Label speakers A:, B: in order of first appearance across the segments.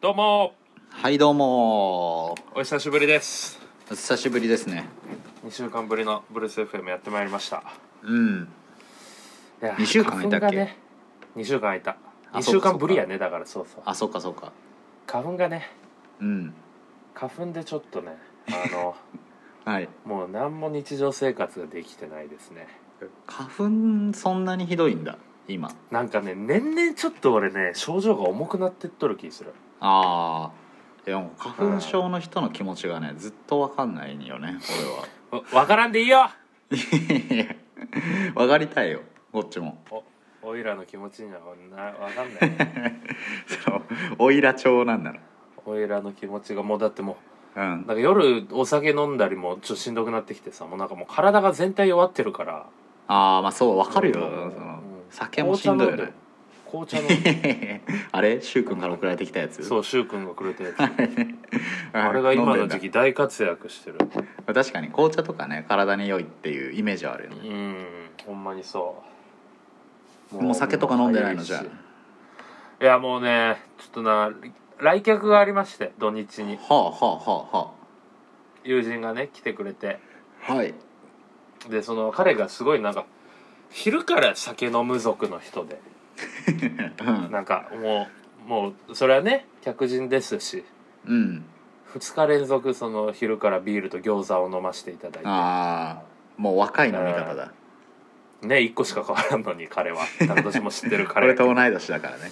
A: どうも
B: はいどうも
A: お久しぶりです
B: お久しぶりですね
A: 2週間ぶりのブルース FM やってまいりました
B: うん
A: いや
B: 二週間空いた
A: 花
B: っけ
A: 粉がね2週間空いた
B: あ
A: 2
B: そう
A: 週
B: か
A: 間ぶりやねだからそうそう
B: あそっかそっか
A: 花粉がね
B: うん
A: 花粉でちょっとねあの
B: はい
A: もう何も日常生活ができてないですね
B: 花粉そんなにひどいんだ今
A: なんかね年々ちょっと俺ね症状が重くなってっとる気する
B: ああでも花粉症の人の気持ちがねずっとわかんないんよね
A: わわからんでいいよ
B: 俺は いやわかりたいよこっちも
A: おいらの気持ちにはなわかんない
B: そうおいら調なんだろ
A: おいらの気持ちがもうだってもう
B: うん
A: なんか夜お酒飲んだりもちょっとしんどくなってきてさもうなんかもう体が全体弱ってるから
B: ああまあそうわかるよ、
A: うん
B: その
A: うん
B: 酒もしんどいよね
A: 紅茶飲んでる 紅茶飲んで
B: あれしゅうくんから送られてきたやつ
A: るそうう柊君がくれたやつあれが今の時期大活躍してる
B: 確かに紅茶とかね体に良いっていうイメージはあるよね
A: うんほんまにそう
B: もう酒とか飲んでないのじゃ
A: いやもうねちょっとな来客がありまして土日に
B: あはあはあは
A: 友人がね来てくれて
B: あはい
A: でその彼がすごいなんか昼から酒飲む族の人で
B: うん
A: なんかもうもうそれはね客人ですし
B: うん
A: 2日連続その昼からビールと餃子を飲ませていただいて
B: ああもう若い飲み方だ
A: ね1個しか変わらんのに 彼は私も知ってる彼
B: 俺と同い年だからね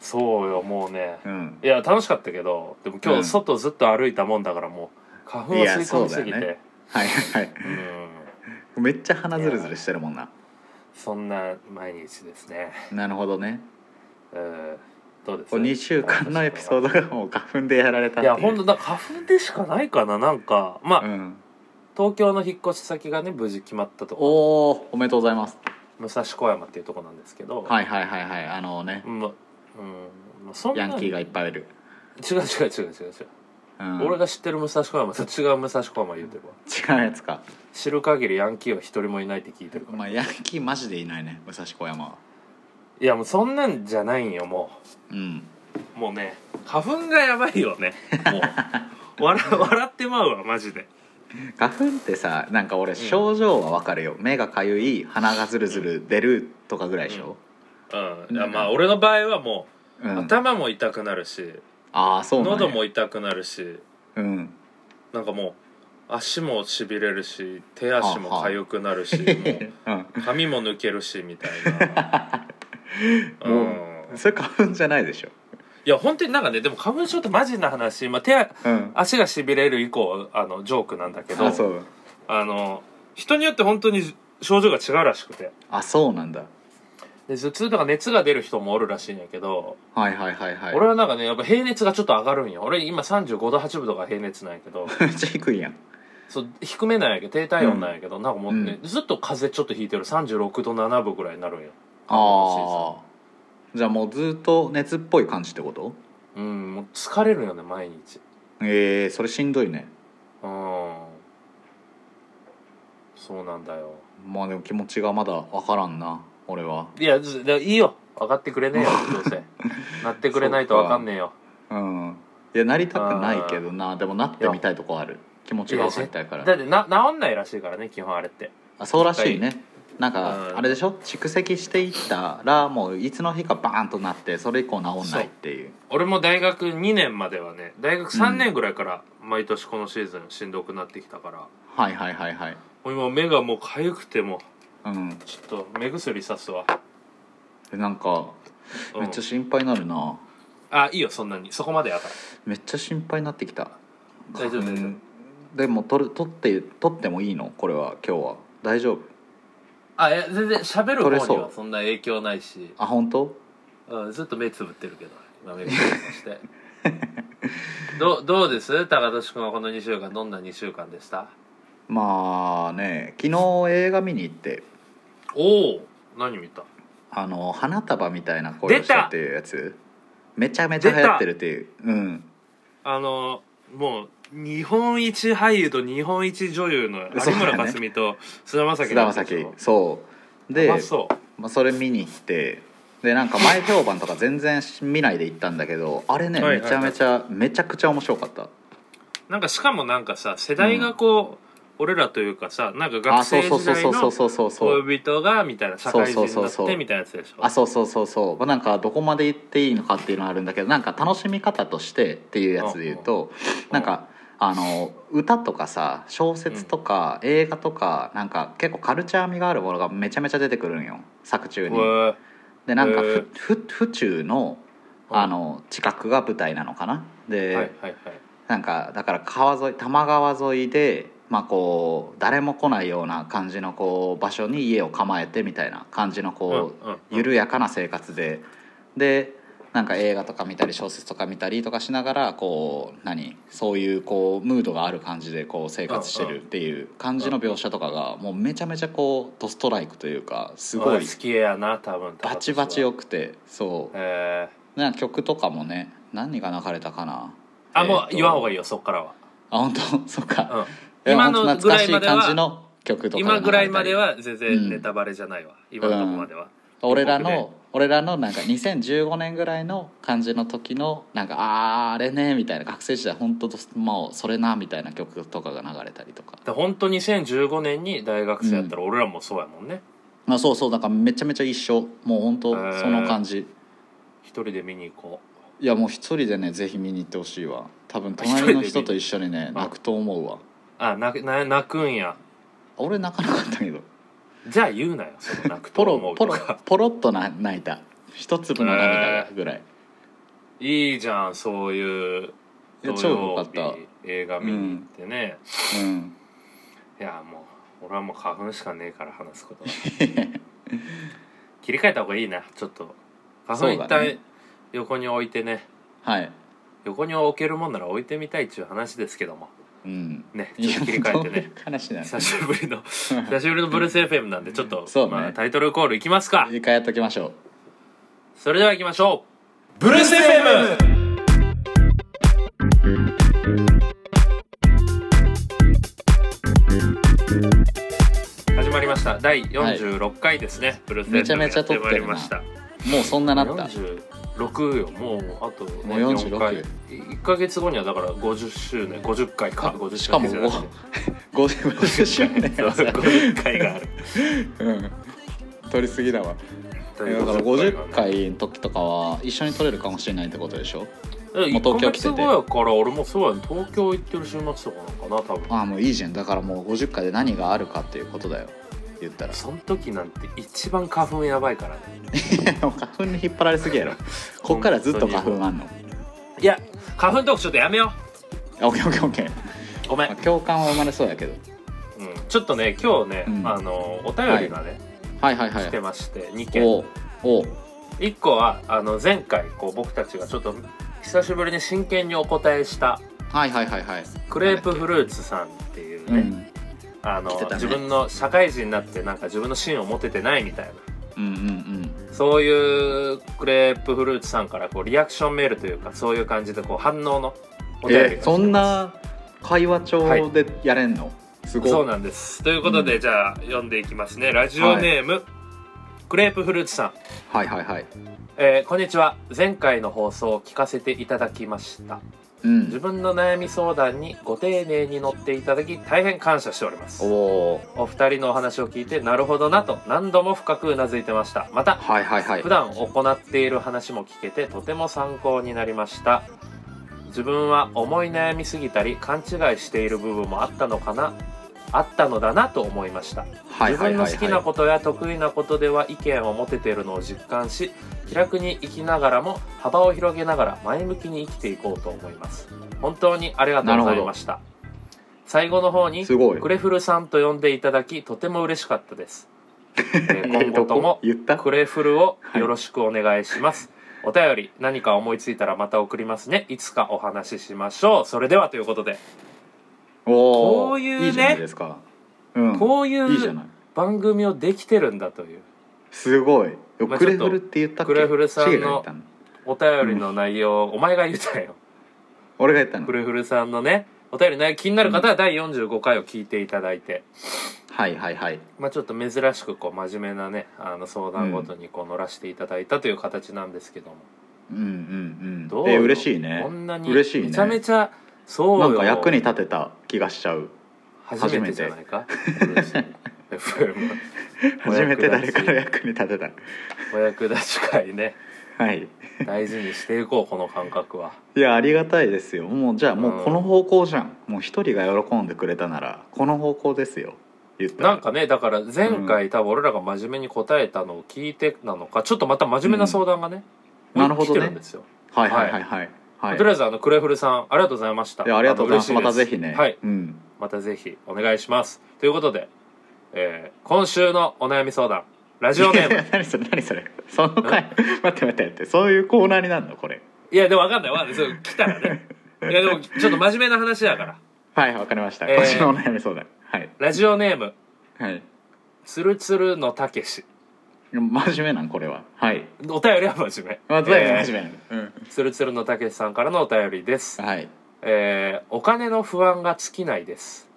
A: そうよもうね
B: うん
A: いや楽しかったけどでも今
B: う
A: 日
B: ん
A: 外ずっと歩いたもんだからもう花粉を吸い込みすぎ
B: いやそうだよ
A: て,、
B: ねはいはいうめっちゃ鼻ズルズルしてるもんなん
A: そんな毎日ですね
B: なるほどね
A: うんどうです
B: 2週間のエピソードがもう花粉でやられたっ
A: い
B: てい
A: や
B: う
A: ほんとだから花粉でしかないかななんかまあ、
B: うん
A: 東京の引っ越し先がね無事決まったとこ
B: おおおめでとうございます
A: 武蔵小山っていうとこなんですけど
B: はいはいはいはいあのね
A: まうんまそんな
B: ヤンキーがいっぱいいる
A: 違う違う違う違う違う、
B: うん
A: 俺
B: 違
A: が知ってる武蔵小山と違う武蔵小山言うてるわ
B: うやつか
A: 知る限りヤンキーは一人もいないって聞いてるから
B: まあヤンキーマジでいないね武蔵小山はい
A: やもうそんなんじゃないんよも
B: うん
A: うもうね花粉がやばいよね もう笑笑ってまうわマジで
B: 花粉ってさなんか俺症状はわかるよ、目がかゆい鼻がズルズル出るとかぐらいでしょ、
A: うんいやまあ俺の場合はも
B: う
A: う、
B: ん
A: 頭も痛くなるし
B: ああそうなんや
A: 喉も痛くなるし
B: うん
A: なんかもう足もしびれるし手足も痒くなるし
B: うん
A: もう髪も抜けるしみたいな
B: も
A: うん
B: うそれ花粉じゃないでしょ
A: いや本当になんかねでも花粉症ってマジな話、まあ、手や
B: うん
A: 足がしびれる以降あのジョークなんだけど
B: あそう
A: あの人によって本当に症状が違うらしくて
B: あそうなんだ
A: で頭痛とか熱が出る人もおるらしいんやけど、
B: はいはいはいはい
A: 俺はなんかねやっぱ平熱がちょっと上がるんよ俺今35度8分とか平熱なんやけ ど
B: めっちゃ低いやん
A: そう低めなんやけど低体温なんやけど、なんかもうね、
B: う
A: ずっと風邪ちょっとひいてる36度7分ぐらいになるんよ
B: ああじゃあもうずっと熱っぽい感じってこと
A: うんもう疲れるよね毎日
B: えー、それしんどいね
A: うんそうなんだよ
B: まあでも気持ちがまだわからんな俺はい
A: や、ずだいいよ。分かってくれ ねえよ、どうせ。なってくれないと分かんねえよ。
B: うんいやなりたくないけどなでもなってみたいとこある気持ちがわかりたいから
A: だってな、治んないらしいからね、基本あれって。
B: あそうらしいねなん
A: う
B: か
A: ん
B: あれでしょ蓄積していったらもういつの日かバーンとなってそれ以降治んないっていう
A: 俺も大学2年まではね、大学3年ぐらいから毎年このシーズンしんどくなってきたから、
B: はいはいはいはい
A: もう今目がもう痒くても
B: うん
A: う、ちょっと目薬さすわ。
B: でなんか
A: うん
B: めっちゃ心配になるな
A: あ、いいよ、そんなに。そこまでやか
B: めっちゃ心配になってきた
A: ら。大丈夫、大丈
B: うんでも取る取って取ってもいいのこれは今日は大丈夫
A: 夫。あ、いや、全然喋る
B: 取れ
A: 方
B: そう
A: にはそんな影響ないし、
B: あ本当
A: うん、ずっと目つぶってるけど、今目薬さして。どうどうです高俊君はこの2週間どんな2週間でした
B: まあね昨日映画見に行って
A: おお何見た
B: あの花束みたいな声をしたっていうやつめちゃめちゃ流行ってるっていううん
A: あのもう日本一俳優と日本一女優の有村架純と菅田将暉
B: 菅田将暉そうで
A: うまそ
B: まあ、それ見に行ってでなんか前評判とか全然見ないで行ったんだけどあれね
A: はいはい
B: めちゃめちゃめちゃくちゃ面白かった
A: なんかしかもなんかさ世代がこう、俺らというかさなんか
B: あ
A: 学
B: そう
A: 生
B: そう
A: 時
B: そう
A: 代
B: そうそ
A: の
B: うそうそうそう
A: 恋人がみたいな社会人に
B: そう
A: なっ
B: そうそうそ
A: て
B: う
A: みたいなやつでしょ
B: あそうそうそうそうまあなんかどこまで行っていいのかっていうのはあるんだけどなんか楽しみ方としてっていうやつで言うとなんかあの歌とかさ小説とか映画とかなんか結構カルチャー味があるものがめちゃめちゃ出てくるんよ作中
A: へ
B: に。
A: ー
B: でなんか
A: へ
B: ふ
A: ー
B: ふ府中のあの近くが舞台なのかな。で、
A: はいはいはい
B: なんかだから川沿い多摩川沿いで、まあ、こう誰も来ないような感じのこう場所に家を構えてみたいな感じのこ
A: うんうんうん
B: う緩やかな生活ででなんか映画とか見たり小説とか見たりとかしながらこう何そういうこうムードがある感じでこう生活してるっていう感じの描写とかがもうめちゃめちゃこうドストライクというかすご
A: 俺
B: い
A: 好きやな多分
B: バチバチ良くてそう
A: えー、
B: なんか曲とかもね何が流れたかな
A: あもう
B: えーと
A: 言わんほうがいいよそっからは、
B: あ本当 そっか、
A: うん、
B: え
A: 今の
B: ほんと
A: ぐらいま
B: 懐
A: で
B: かしい
A: は
B: 感じの曲とかが流れたり
A: 今ぐらいまでは全然ネタバレじゃないわ、今のとこまでは、
B: 俺ら
A: 僕ね
B: の俺らのなんか2015年ぐらいの感じの時のなんかあーあれねみたいな学生時代本当ともうそれなみたいな曲とかが流れたりとか、
A: で本当に2015年に大学生やったら俺らもそうやもんね、
B: まあ、そうそうだからめちゃめちゃ一緒もう本当その感じ、
A: 一人で見に行こ
B: いやもう一人でねぜひ見に行ってほしいわ多分隣の人と一緒にね
A: 人で見る
B: 泣くと思うわ
A: うあなな泣くんや
B: 俺泣かなかった けど
A: じゃあ言うなよその泣くと
B: ポ
A: 思
B: ロ
A: う
B: ポ
A: と
B: ロ
A: か
B: ポロっとな泣いた一粒の涙がぐらい、
A: いいじゃんそういう
B: いや超良かっ
A: 土
B: た
A: 曜日映画見に行ってね、
B: うん
A: いやもう俺はもう花粉しかねえから話すこと は切り替えた方がいいなちょっと花粉
B: そ
A: 一
B: うだね
A: 旦横に置いてね
B: はい
A: 横に置けるもんなら置いてみたいっていう話ですけども
B: うん
A: ねちょっと切り替えて
B: いやもうどうい
A: ね
B: う話なの
A: 久しぶりの久しぶりのブルース FM なんでちょっと、
B: そうね
A: まあ、タイトルコールいきますか
B: 一回やっときましょう
A: それでは行きましょうブルース FM 始まりました第46回ですね、ブルース FM
B: めちゃめちゃ撮ってるな
A: やまいりました
B: もうそんななった
A: 46よもうあと、
B: も
A: ね、
B: う46
A: 4回1か月後にはだから50周年50回か50
B: し
A: 周
B: か
A: 年
B: も
A: じゃ
B: ご
A: なくて
B: 50周年はさ
A: そう50回がある
B: うん取りすぎだわ
A: と
B: だ
A: い
B: か
A: う
B: ら
A: がね
B: 50回の時とかは一緒に撮れるかもしれないってことでしょ
A: も
B: もう東京来てて
A: 1ヶ月後やから俺もそうやね東京行ってる週末とかなのかな多分
B: ああもういいじゃんだからもう50回で何があるかっていうことだよ言 ったら
A: その時なんて一番花粉やばいからね
B: もう花粉に引っ張られすぎやろこっからずっと花粉あんの
A: いや花粉トークちょっとやめよ
B: オッケーオッケーオッケー
A: うごめん、
B: まあ共感は生まれそうやけど
A: うんちょっとね今日ね、
B: うん
A: あのお便りがね、
B: はいはいは
A: 来て
B: い
A: まして2件
B: おうおう
A: 1個はあの前回こう僕たちがちょっと久しぶりに真剣にお答えした
B: はいはいはいはい
A: クレープフルーツさんっていう
B: う
A: ね,、
B: ん
A: あの
B: 来てたね
A: 自分の社会人になってなんか自分の芯を持ててないみたいな
B: うんうん
A: そういうクレープフルーツさんからこうリアクションメールというかそういう感じでこう反応のお
B: うん
A: 便りが来て
B: えそんな会話帳でやれんの、す
A: そ
B: ご
A: う
B: い
A: なんですということで、
B: う
A: じゃあ読んでいきますねラジオネーム、クレープフルーツさん、
B: はいはいはい
A: えーこんにちは前回の放送を聞かせていただきました
B: う
A: 自
B: ん
A: 分の悩み相談にご丁寧に乗っていただき大変感謝しております
B: おお
A: お二人のお話を聞いてなるほどなと何度も深くうなずいてましたまた
B: はいはいはい
A: 普段行っている話も聞けてとても参考になりました自分は思い悩みすぎたり勘違いしている部分もあったのかなあったのだなと思いました
B: はい
A: 自
B: はい
A: 分の
B: はい
A: 好
B: は
A: き
B: い
A: なことや得意なことでは意見を持てているのを実感し気楽に生きながらも幅を広げながら前向きに生きていこうと思います本当にありがとうございました最後の方に
B: すごい
A: クレフルさんと呼んでいただきとても嬉しかったです、え ー今後とも
B: 言った
A: クレフルをよろしくお願いします、お便り何か思いついたらまた送りますねいつかお話ししましょうそれではということで
B: おー
A: こういうね
B: いいじゃないですかうん
A: こうい
B: いいじゃ
A: う
B: ない
A: 番組をできてるんだという
B: すごい
A: まあ
B: クレフルって言ったっけ
A: クレフルさんの
B: シゲが言ったの
A: お便りの内容、お前が言ったよ
B: 俺が言ったの
A: フルフルさんのねお便りね気になる方は第45回を聞いていただいて、
B: はいはいはい
A: まあ、ちょっと珍しくこう真面目なねあの相談ごとにこう乗らせていただいたという形なんですけども、
B: うんうんう
A: ど
B: ん
A: う
B: で
A: よ
B: 嬉しいね
A: こんなに
B: 嬉しいね
A: めちゃめちゃそう
B: な
A: よ
B: んか役に立てた気がしちゃ う
A: 初めてじゃないか FM
B: 初めて誰かの役に立てた
A: お役立ち会ね
B: はい
A: 大事にしていこうこの感覚はい
B: やありがたいですよもうじゃあもうこ
A: う
B: の
A: ん
B: 方向じゃん、もう一人が喜んでくれたならこの方向ですよ言ったら
A: なんかねだから前回、多分俺らが真面目に答えたのを聞いてなのかちょっとまた真面目な相談がね、
B: うんなるほどね
A: 来てんですよ
B: はいはいはいはいはい
A: とりあえずあのクレフルさんありがとうございました
B: いやありがとうございます
A: あ
B: ま
A: の
B: た
A: 嬉
B: ぜ
A: しいで
B: ひね、
A: はい
B: うん、
A: またぜひお願いしますということで、えー今週のお悩み相談ラジオネー ム
B: 何それ何それその回待って待って待ってそういうコーナーになるのこれ
A: いやでも分かんないわかんないそう来たら ねいやでもちょっと真面目な話だから
B: はいわかりました、
A: えー
B: こっちのお悩み相談はい
A: ラジオネーム
B: はい
A: つるつるのたけし
B: 真面目なんこれははい
A: お便りは真面目
B: まあとりあえ
A: え
B: ず真面目なん、
A: ーつるつるのたけしさんからのお便りです
B: うん、はい
A: えーお金の不安が尽きないです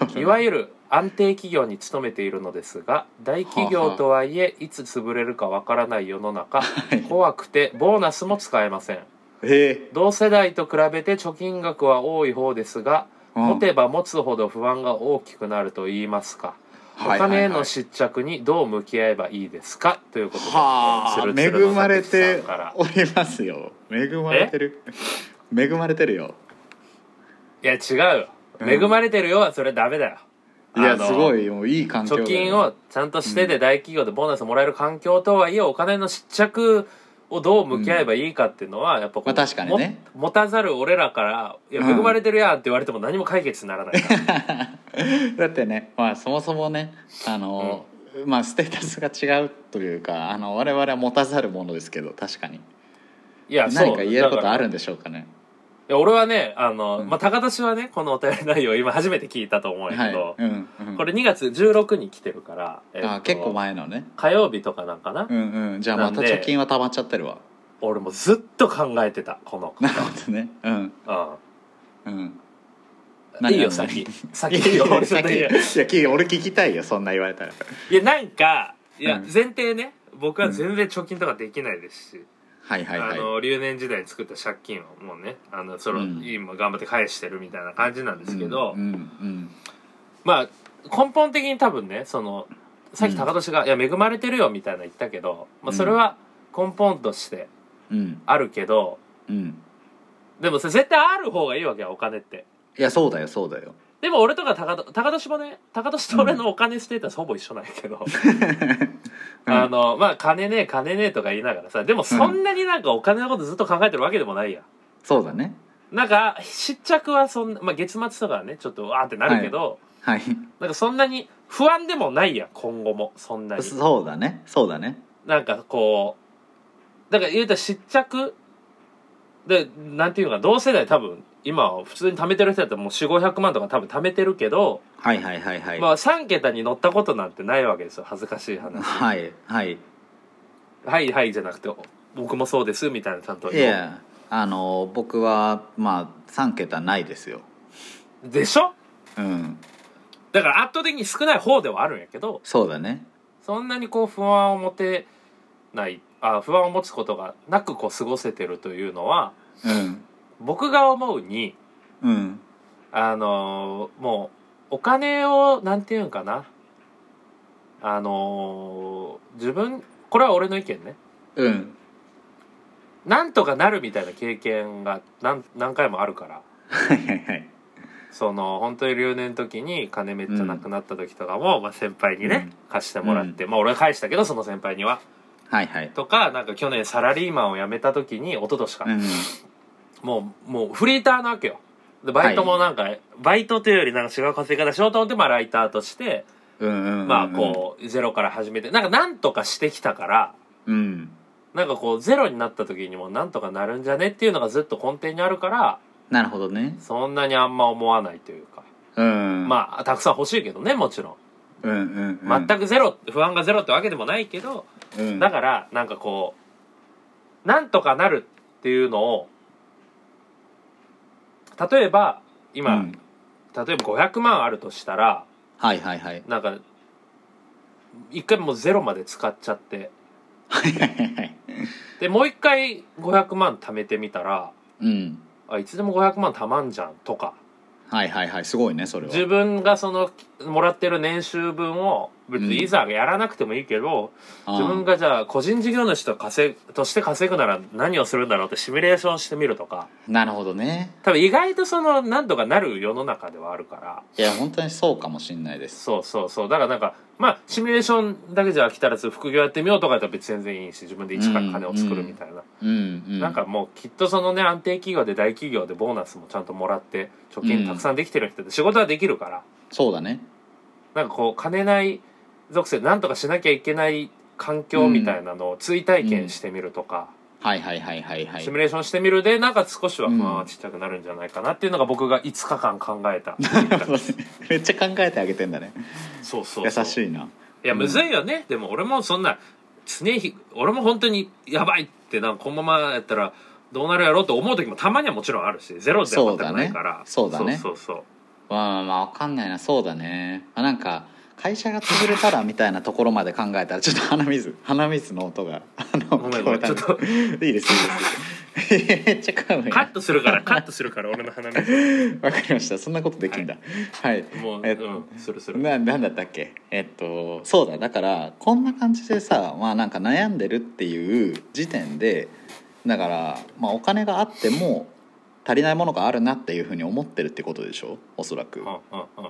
B: ほど
A: いわゆる安定企業に勤めているのですが大企業とはいえいつ潰れるかわからない世の中
B: い
A: 怖くてボーナスも使えません
B: え
A: 同世代と比べて貯金額は多い方ですが
B: ー、
A: 持てば持つほど不安が大きくなると言いますかお金への執着にどう向き合えばいいですかということで
B: はあ
A: つるつ
B: 恵
A: るの
B: まれ
A: たけ
B: て
A: しさんから
B: おりますよ恵まれてる恵まれてるよ
A: いや違うよ
B: うん
A: 恵まれてるよはそれダメだよ
B: いや
A: あの
B: すごいもういい環境だ
A: 貯
B: よ
A: 金をちゃんとしてで大企業でボーナスもらえる環境とはいえお金の失着をどう向き合えばいいかっていうのはやっぱこう
B: まあ確かにね
A: も持たざる俺らから「いや
B: うん
A: 恵まれてるやん」って言われても何も解決にならないから
B: だってねまあそもそもねあの、まあステータスが違うというかあの我々は持たざるものですけど確かに
A: いやそう
B: 何か言えるこ
A: だ
B: と
A: ら
B: あるんでしょうかね
A: いや俺はねあの、
B: ん
A: まあ、高田氏はねこのお便り内容を今初めて聞いたと思うんや
B: は
A: け
B: い、
A: ど、
B: うんうん、
A: これ2月16に来てるから、えっと
B: あ結構前のね
A: 火曜日とかなんかな、
B: うんうんじゃあま
A: な
B: た
A: んで
B: 貯金は溜まっちゃってるわ
A: 俺もずっと考えてたこの
B: なるほどねうんうん
A: うん、
B: 何
A: いいよ
B: 何
A: 先
B: い
A: 先
B: や
A: いい
B: い
A: よ
B: や
A: 俺
B: い
A: ちょっといいよ
B: やいや俺聞きたいよそんな言われたら
A: いやなんかいや
B: うん
A: 前提ね僕は全然貯金とかできないですし、
B: はいはいはい
A: あの留年時代に作った借金をもうねあのそれを
B: うん
A: 今頑張って返してるみたいな感じなんですけど、
B: うんうん
A: まあ根本的に多分ねそのさっき
B: うん
A: 高年が、いや恵まれてるよ」みたいな言ったけど、まあ、それは根本として
B: うんうん
A: あるけど
B: うん
A: でもさ絶対ある方がいいわけよお金って。
B: いやそうだよそうだよ
A: でも俺とか高田高年もね高年と俺のお金ステータスほぼ一緒なんやけど、あのまあ金ねえ金ねえとか言いながらさでもそんなになんかお金のことずっと考えてるわけでもないやん
B: そうだね
A: なんか失着はそんな、まあ、月末とかはねちょっとわーってなるけど、
B: はい
A: なんかそんなに不安でもないやん今後もそんなに
B: そうだねそうだね
A: なんかこうだから言うたら失着でなんていうのか同世代多分今は普通に貯めてる人だったらもう4 5 0 0万とか多分貯めてるけど、
B: はいはいはいはい、
A: まあ3桁に乗ったことなんてないわけですよ恥ずかしい 話
B: はいはい
A: はいはいじゃなくて僕もそうですみたいなちゃんと
B: いやあの僕はまあ3桁ないですよ
A: でしょ
B: うん
A: だから圧倒的に少ない方ではあるんやけど
B: そうだね
A: そんなにこう不安を持てないあ不安を持つことがなくこう過ごせてるというのは
B: うん
A: 僕が思うに
B: うん
A: あのーもうお金をなんていうんかなあのー自分これは俺の意見ね
B: うん
A: なんとかなるみたいな経験が何何回もあるから
B: はいはいはい
A: その本当に留年の時に金めっちゃなくなった時とかも、まあ、先輩にね、貸してもらって、まあ俺は返したけどその先輩には
B: はいはい
A: とかなんか去年サラリーマンを辞めた時に一昨年か、
B: うん
A: もうもうフリーターなわけよでバイトもなんか、バイトというよりなんか違う稼ぎ方しようと思ってまあライターとして、
B: うんうんうん
A: まあこうゼロから始めてなんかなんとかしてきたから
B: うん
A: なんかこうゼロになった時にもなんとかなるんじゃねっていうのがずっと根底にあるから
B: なるほどね
A: そんなにあんま思わないというか、
B: うん
A: まあたくさん欲しいけどねもちろん
B: うんうんうん
A: 全くゼロ、不安がゼロってわけでもないけど
B: うん
A: だからなんかこうなんとかなるっていうのを例えば今、
B: う
A: 例
B: ん
A: えば500万あるとしたら
B: はいはいはい
A: なんか一回もうゼロまで使っちゃって
B: はいはいはいはい
A: でもう一回500万貯めてみたら
B: うん
A: あいつでも500万貯まんじゃんとか
B: はいはいはいすごいねそれは
A: 自分がそのもらってる年収分を別にいざやらなくてもいいけど、自分
B: が
A: がじゃあ個人事業主と稼ぐとして稼ぐなら何をするんだろうってシミュレーションしてみるとか
B: なるほどね
A: 多分意外とその何とかなる世の中ではあるから
B: いや本当にそうかもしんないです
A: そうそうそうだからなんかまあシミュレーションだけじゃ飽きたらず副業やってみようとかだったら別に全然いいし自分で一から金を作るみたいな、
B: うんうん
A: なんかもうきっとそのね安定企業で大企業でボーナスもちゃんともらって貯金たくさんできてる人って仕事はできるから、
B: そうだね
A: なんかこう金ない属性なんとかしなきゃいけない環境みたいなのを追体験してみるとか、
B: はいはいはいはいはい
A: シミュレーションしてみるでなんか少しは不安はちっちゃくなるんじゃないかなっていうのが僕が5日間考えた
B: めっちゃ考えてあげてんだね
A: そうそう
B: 優
A: そう
B: しいない
A: やむずいよね、でも俺もそんな常日俺も本当にやばいってなんかこのままやったらどうなるやろうと思う時もたまにはもちろんあるしゼロでは全くないから
B: そうだね
A: そ
B: そう
A: そうそう
B: まあまあまあわかんないなそうだね、まあ、なんか会社が潰れたらみたいなところまで考えたらちょっと鼻水鼻水の音があの
A: ごめんごめん
B: 聞こえた
A: ちょっと
B: いいですいいです めっちゃ噛むよ
A: カットするからカットするから俺の鼻水
B: わかりましたそんなことできんだはい、
A: もう、
B: えっと
A: うんするする
B: ななんだったっけえっとそうだだからこんな感じでさまあなんか悩んでるっていう時点でだから、まあ、お金があっても足りないものがあるなっていうふうに思ってるってことでしょおそらく
A: うんうんうんう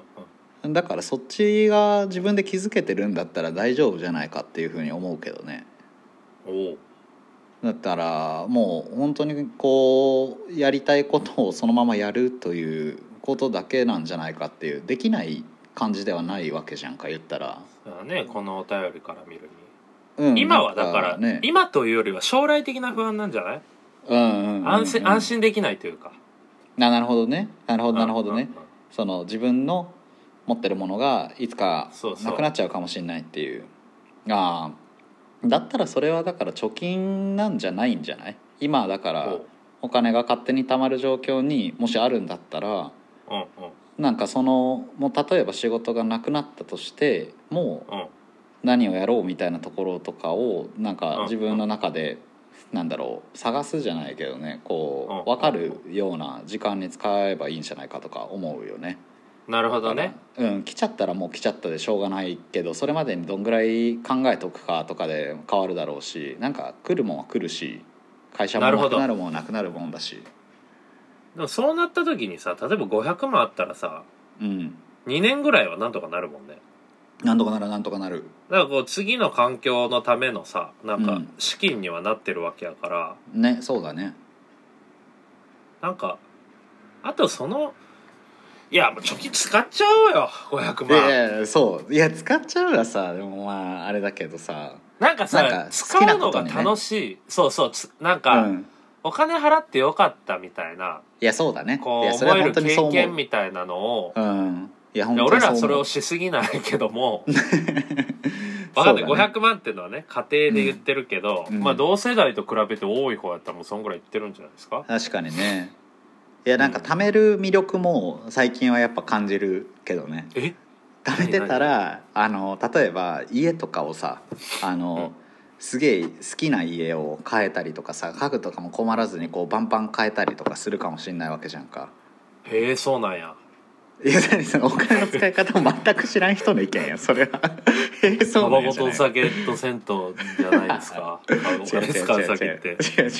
A: ん
B: だからそっちが自分で気づけてるんだったら大丈夫じゃないかっていうふうに思うけどね
A: おう
B: だったらもう本当にこうやりたいことをそのままやるということだけなんじゃないかっていうできない感じではないわけじゃんか言ったら。
A: だからねこのお便りから見る
B: うん
A: に今はだから、
B: ね
A: 今というよりは将来的な不安なんじゃない
B: うんうんうんうん
A: 安心安心できないというか
B: ななるほどねなるほどなるほど
A: う
B: ね
A: んうんうん
B: その自分の持ってるものがいつか
A: そうそう
B: なくなっちゃうかもしれないっていうああだったらそれはだから貯金なんじゃないんじゃない今だから
A: おう
B: お金が勝手に貯まる状況にもしあるんだったら
A: うんうん
B: なんかそのもう例えば仕事がなくなったとしてもう
A: うん
B: 何をやろうみたいなところとかをなん
A: うん
B: か自分の中でなんだろう探すじゃないけどねこう
A: うん
B: 分かるような時間に使えばいいんじゃないかとか思うよね。
A: なるほどね
B: うん、来ちゃったらもう来ちゃったでしょうがないけどそれまでにどんぐらい考えとくかとかで変わるだろうしなんか来るもんは来るし会社も
A: な
B: な
A: るほ
B: く
A: ど
B: なるもんはなくなるもんだし、
A: でもそうなった時にさ例えば500万あったらさ
B: うん、
A: 2年ぐらいはなんとかなるもんね
B: なんとかなるなんとかなる
A: だからこう次の環境のためのさなん
B: う
A: か
B: ん
A: 資金にはなってるわけやから、
B: ねそうだね
A: なんかあとそのいやもう貯金使っちゃおうよ500
B: いや
A: 万
B: いやいやそういや使っちゃうらさでもまああれだけどさ
A: なんかさ
B: なんか
A: 使
B: 好きな
A: うの
B: こと
A: が
B: にね
A: 楽しい、そうそうつなんか、
B: うん、
A: お金払ってよかったみたいない
B: やそうだね
A: こ
B: いうやそれ
A: 思
B: は
A: え
B: 本
A: る
B: 当にそう
A: 経
B: 思
A: 験
B: う
A: みたいなのを、
B: うんいや
A: い
B: 本
A: や
B: 当
A: 俺
B: にそ
A: ら
B: う思う
A: それをしすぎないけど もわかんない、
B: そうだね
A: 500万っていうのはね家庭で言ってるけど、
B: うん
A: まあ同世代と比べて多い方やったらもうそんぐらい言ってるんじゃないですか
B: 確かにねいやなんか貯める魅力も最近はやっぱ感じるけどね
A: え
B: 貯めてたらあの例えば家とかをさあの、すげえ好きな家を変えたりとかさ家具とかも困らずにこうバンバン変えたりとかするかもしれないわけじゃんか
A: へえそうなんや
B: いや何そのお金の使い方を全く知らん人の意見やそれは えーそ
A: タ
B: うな
A: バ
B: んや
A: コとお
B: じゃない
A: 酒と銭湯じゃないですかあ
B: 違う違う違う違
A: のお
B: う違う
A: 金使う酒って
B: 違う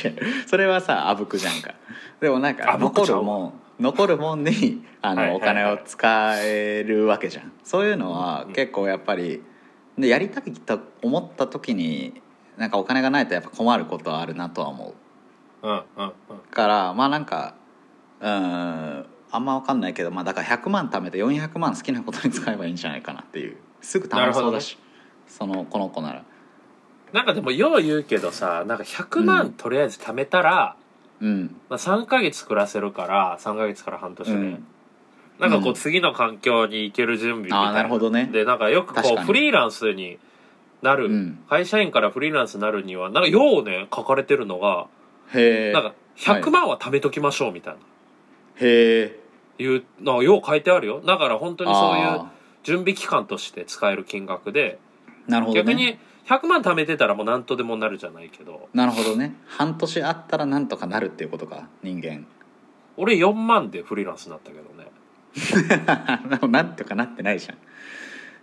B: それはさあぶくじゃんかでもなん
A: あ
B: か
A: ぶく
B: 残
A: じゃん
B: るもん残るもんにあの、
A: はいはいはい
B: お金を使えるわけじゃんそういうのは
A: うん
B: 結構やっぱり、でやりたいと思った時になんかお金がないとやっぱ困ることはあるなとは思
A: うんうんうん
B: うからまあなんかうんあんまわかんないけど、まあ、だから100万貯めて400万好きなことに使えばいいんじゃないかなっていうすぐ貯まりそうだし、そのこの子なら
A: なんかでもよう言うけどさなんか100万とりあえず貯めたら、
B: うん
A: まあ、3ヶ月暮らせるから3ヶ月から半年で、
B: うん
A: なんかこ
B: う
A: うん次の環境に行ける準備みたい
B: ああなるほどね
A: でなんかよくこ
B: 確
A: う
B: かに
A: フリーランスになる、
B: うん
A: 会社員からフリーランスになるにはなんかようね書かれてるのが
B: へえ
A: なんか100万は貯めときましょうみたいな、
B: へえ
A: いうのよう書いてあるよだから本当にそういう
B: あ
A: 準備期間として使える金額で、
B: ーなるほどね
A: 逆に100万貯めてたらもう何とでもなるじゃないけど
B: なるほどね半年あったらなんとかなるっていうことか人間
A: 俺4万でフリーランスになったけどね
B: なんとかなってないじ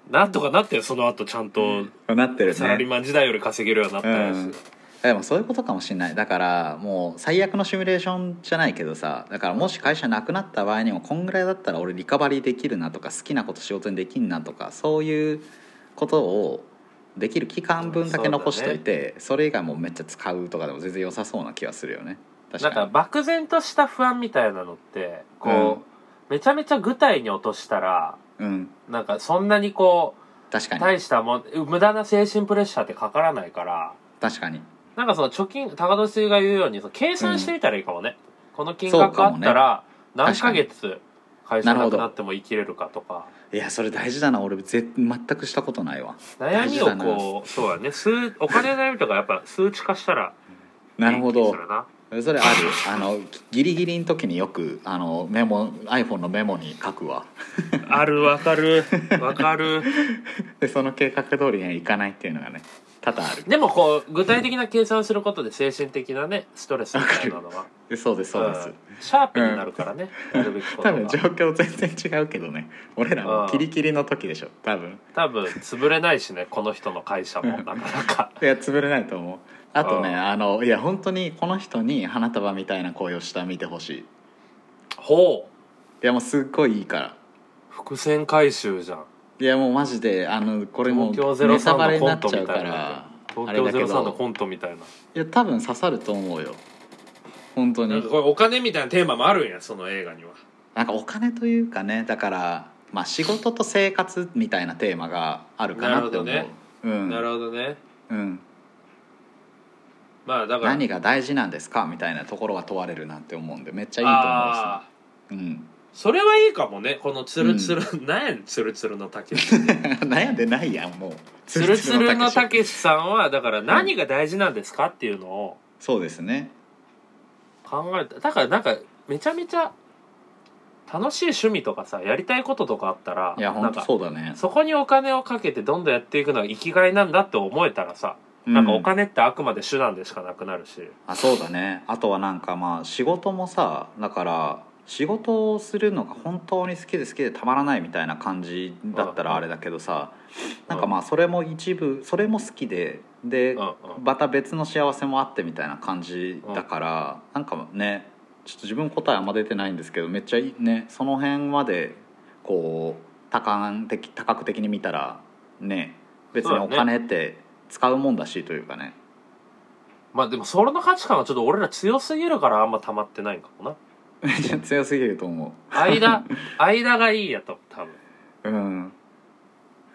A: なんとかなってよその後ちゃんと
B: ゃんなってる
A: サラリー
B: ね
A: マン時代より稼げるようになったや
B: うん
A: つ
B: でもそういうことかもしれないだからもう最悪のシミュレーションじゃないけどさだからもし会社なくなった場合にもこんぐらいだったら俺リカバリーできるなとか好きなこと仕事にできんなとかそういうことをできる期間分だけ残しといてそ,、れ以外もめっちゃ使うとかでも全然良さそうな気がするよね確か
A: なん
B: に
A: か漠然とした不安みたいなのってこう、めちゃめちゃ具体に落としたら
B: うん
A: なんかそんなにこ
B: 確
A: う
B: かに
A: 大したもん無駄な精神プレッシャーってかからないから
B: 確かに
A: なんかその貯金高年が言うようにその計算してみたらいいかもね、この金
B: そう
A: 額あ
B: かも
A: っ
B: ね
A: たら何
B: 確か
A: ヶ
B: に
A: 月会社なくなっても生きれるかとか
B: いやそれ大事だな俺ぜ全くしたことないわ
A: 悩みを
B: 大事だ
A: こうそうだね数お金の悩みとかやっぱ数値化したら
B: なるほ
A: いい
B: ど
A: 気するな
B: それあるあのギリギリの時によくあのメモ iPhone のメモに書くわ
A: あるわかるわかる
B: でその計画通りにはいかないっていうのがね多々ある
A: でもこう具体的な計算をすることで精神的なねストレスみたいなのは
B: でそうですそうです、
A: んシャープになるからね、やるべきこと
B: 多
A: が
B: 分状況全然違うけどね俺
A: う
B: ら
A: ん
B: もキリキリの時でしょ多分
A: 多分潰れないしねこの人の会社もなかな か
B: いや潰れないと思うあとね
A: うん
B: あのいや本当にこの人に花束みたいな恋をした見てほしいい
A: ほう
B: やもうすっごいいいから
A: 伏線回収じゃん
B: いやもうマジであのこれもう
A: 東京
B: ネタバレ
A: 03の
B: に
A: コ
B: な
A: ン
B: っち
A: ト
B: ゃ
A: み
B: う
A: た
B: か
A: いな
B: らあ
A: 東
B: れ
A: 京
B: だけ
A: 03のコ
B: ど
A: ントみたいない
B: や多分刺さると思うよ本当に
A: なんかこれお金みたいなテーマもあるんやその映画には
B: なんかお金というかねだから、まあ、仕事と生活みたいなテーマがあるかなって思う、
A: なる
B: うん
A: なるほどね
B: うん、
A: まあだから
B: 何が大事なんですかみたいなところが問われるなって思うんでめっちゃいい
A: ああ
B: と思うんで
A: それはいいかもねこのツルツル、なんやねんツルツルのたけし
B: す、うん、 悩んでないやんもう
A: ツルツルのた
B: 竹
A: けしさんはだから何が大事なんですかっていうのを
B: そうですね
A: 考えただからなんかめちゃめちゃ楽しい趣味とかさやりたいこととかあったら
B: いや
A: な
B: 本
A: ん
B: 当
A: か
B: そうだね
A: そこにお金をかけてどんどんやっていくのが生きがいなんだって思えたらさ、なんかお
B: う
A: 金ってあくまで手段でしかなくなるし
B: あそうだねあとはなんかまあ仕事もさだから仕事をするのが本当に好きで好きでたまらないみたいな感じだった
A: うん
B: らあれだけどさなんかまあそれも一部それも好きでで
A: うんうん
B: また別の幸せもあってみたいな感じだからなんかねちょっと自分答えあんま出てないんですけどめっちゃいいねその辺までこう多感的多角的に見たらね別にお金って使うもんだしというかね
A: まあでもそれの価値観がちょっと俺ら強すぎるからあんま溜まってないんかもな
B: めっちゃ強すぎると思う。
A: 間間がいいやと多分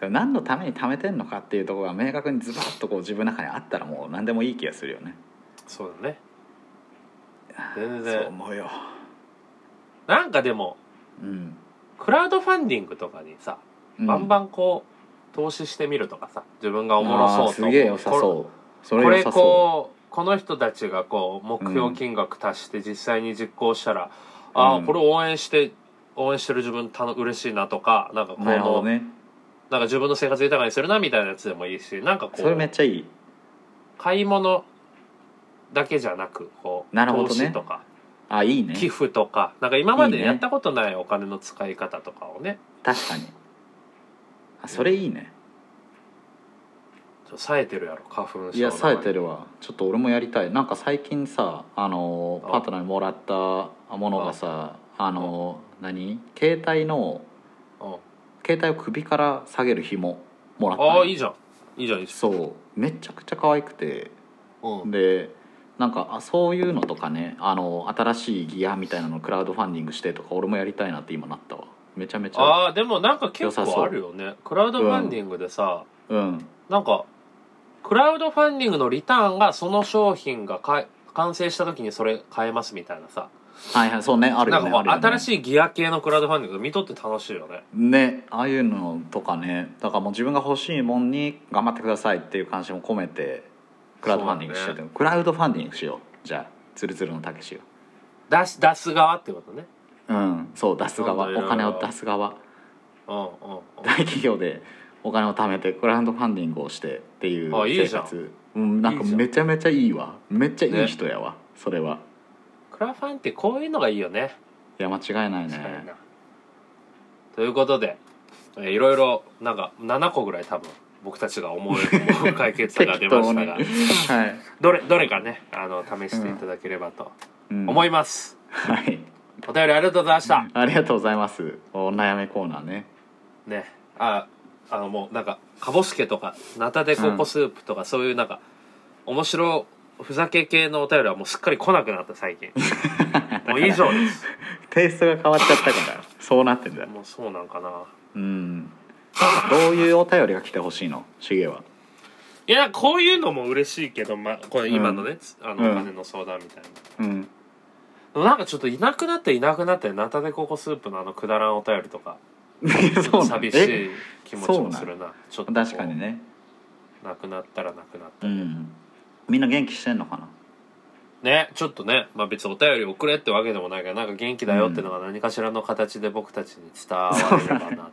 B: うん、何のために貯めてんのかっていうところが明確にズバッとこう自分の中にあったらもう何でもいい気がするよね。
A: そうだね全
B: そう
A: 然
B: 思うよ。
A: なんかでも
B: うん。
A: クラウドファンディングとかにさバンバンこう投資してみるとかさ自分がおもろそう
B: あー
A: と
B: すげえ良さ
A: こ
B: そう。そ
A: れ
B: れ
A: こ
B: 良
A: れ
B: さそ
A: こうこの人たちがこう目標金額足して実際に実行したら、ああ
B: うん
A: これ応援して応援してる自分たの嬉しいなとかなんかこ
B: う。
A: の
B: なるほどね。
A: なんか自分の生活豊かにするなみたいなやつでもいいしなんかこ
B: それめ
A: う
B: っちゃいい。
A: 買い物だけじゃなくこう
B: なるほど
A: 投
B: ね
A: 資とか
B: あいいね。
A: 寄付とかなんか今ま
B: い
A: で
B: いね
A: やったことないお金の使い方とかをね
B: 確かに。あそれいいね。
A: ちょっと冴えてるやろ花粉症
B: いや
A: の
B: 冴えてるわちょっと俺もやりたいなんか最近さあの
A: あ
B: パートナーにもらったものがさあの何携帯の
A: うん
B: 携帯を首から下げる紐もらったの
A: ああいいじゃんいいじゃんいいじ
B: そうめちゃくちゃ可愛くて
A: ゃん、うん、
B: でなんかあそういうのとかねあの新しいギアみたいなのクラウドファンディングしてとか俺もやりたいなって今なったわめちゃめちゃ
A: ああでもなんか結構あるよねクラウドファンディングでさ、
B: うん
A: なんかクラウドファンディングのリターンがその商品がかい完成した時にそれ買えますみたいなさ、
B: はいはいそうねある
A: な
B: よ
A: んか
B: ね
A: こう
B: あるよね
A: 新しいギア系のクラウドファンディング見とって楽しいよね
B: ねああいうのとかねだからもう自分が欲しいもんに頑張ってくださいっていう感謝も込めてクラウドファンディングしてて、クラウドファンディングしようじゃあつるつるのたけしを
A: 出す出す側ってことね
B: うんそう出す側
A: なんだよ
B: お金を出す側
A: うんうんうん
B: 大企業でお金を貯めてクラウドファンディングをしてっていう
A: あいい
B: 生
A: じゃん
B: 活うんなんか
A: いいじゃん
B: めちゃめちゃいいわめっちゃいい
A: ね
B: 人やわ、それは
A: クラファンってこういうのがいいよね
B: いや間違いない
A: 確かに
B: ね
A: なということで、えーいろいろなんか7個ぐらい多分僕たちが思う思う解決策が出ましたが、
B: 適当に はい、
A: どれどれかねあの試していただければと
B: うん
A: 思います、
B: はい
A: お便りありがとうございました、
B: ありがとうございますお悩みコーナーね
A: ねああのもうなんかかぼすけとかナタデココスープとか、そういうなんか面白ふざけ系のお便りはもうすっかり来なくなった最 近もう以上です
B: テイストが変わっちゃったからそうなってんだ
A: もうそうなんかな
B: うんどういうお便りが来てほしいのシゲはい
A: やこういうのも嬉しいけど、ま、これ今のね、あ
B: うん
A: のお金の相談みたいな、
B: うん
A: でもなんかちょっといなくなっていなくなってナタデココスープのあのくだらんお便りとか
B: そうなん
A: 寂し
B: え
A: い気持ちもするなちょっとこう
B: 確かにね
A: なくなったらなくなっ
B: うんみんな元気してんのかな
A: ねちょっとね、まあ、別にお便り送れってわけでもないけどなんか元気だよっていうのが何かしらの形で僕たちに伝われればな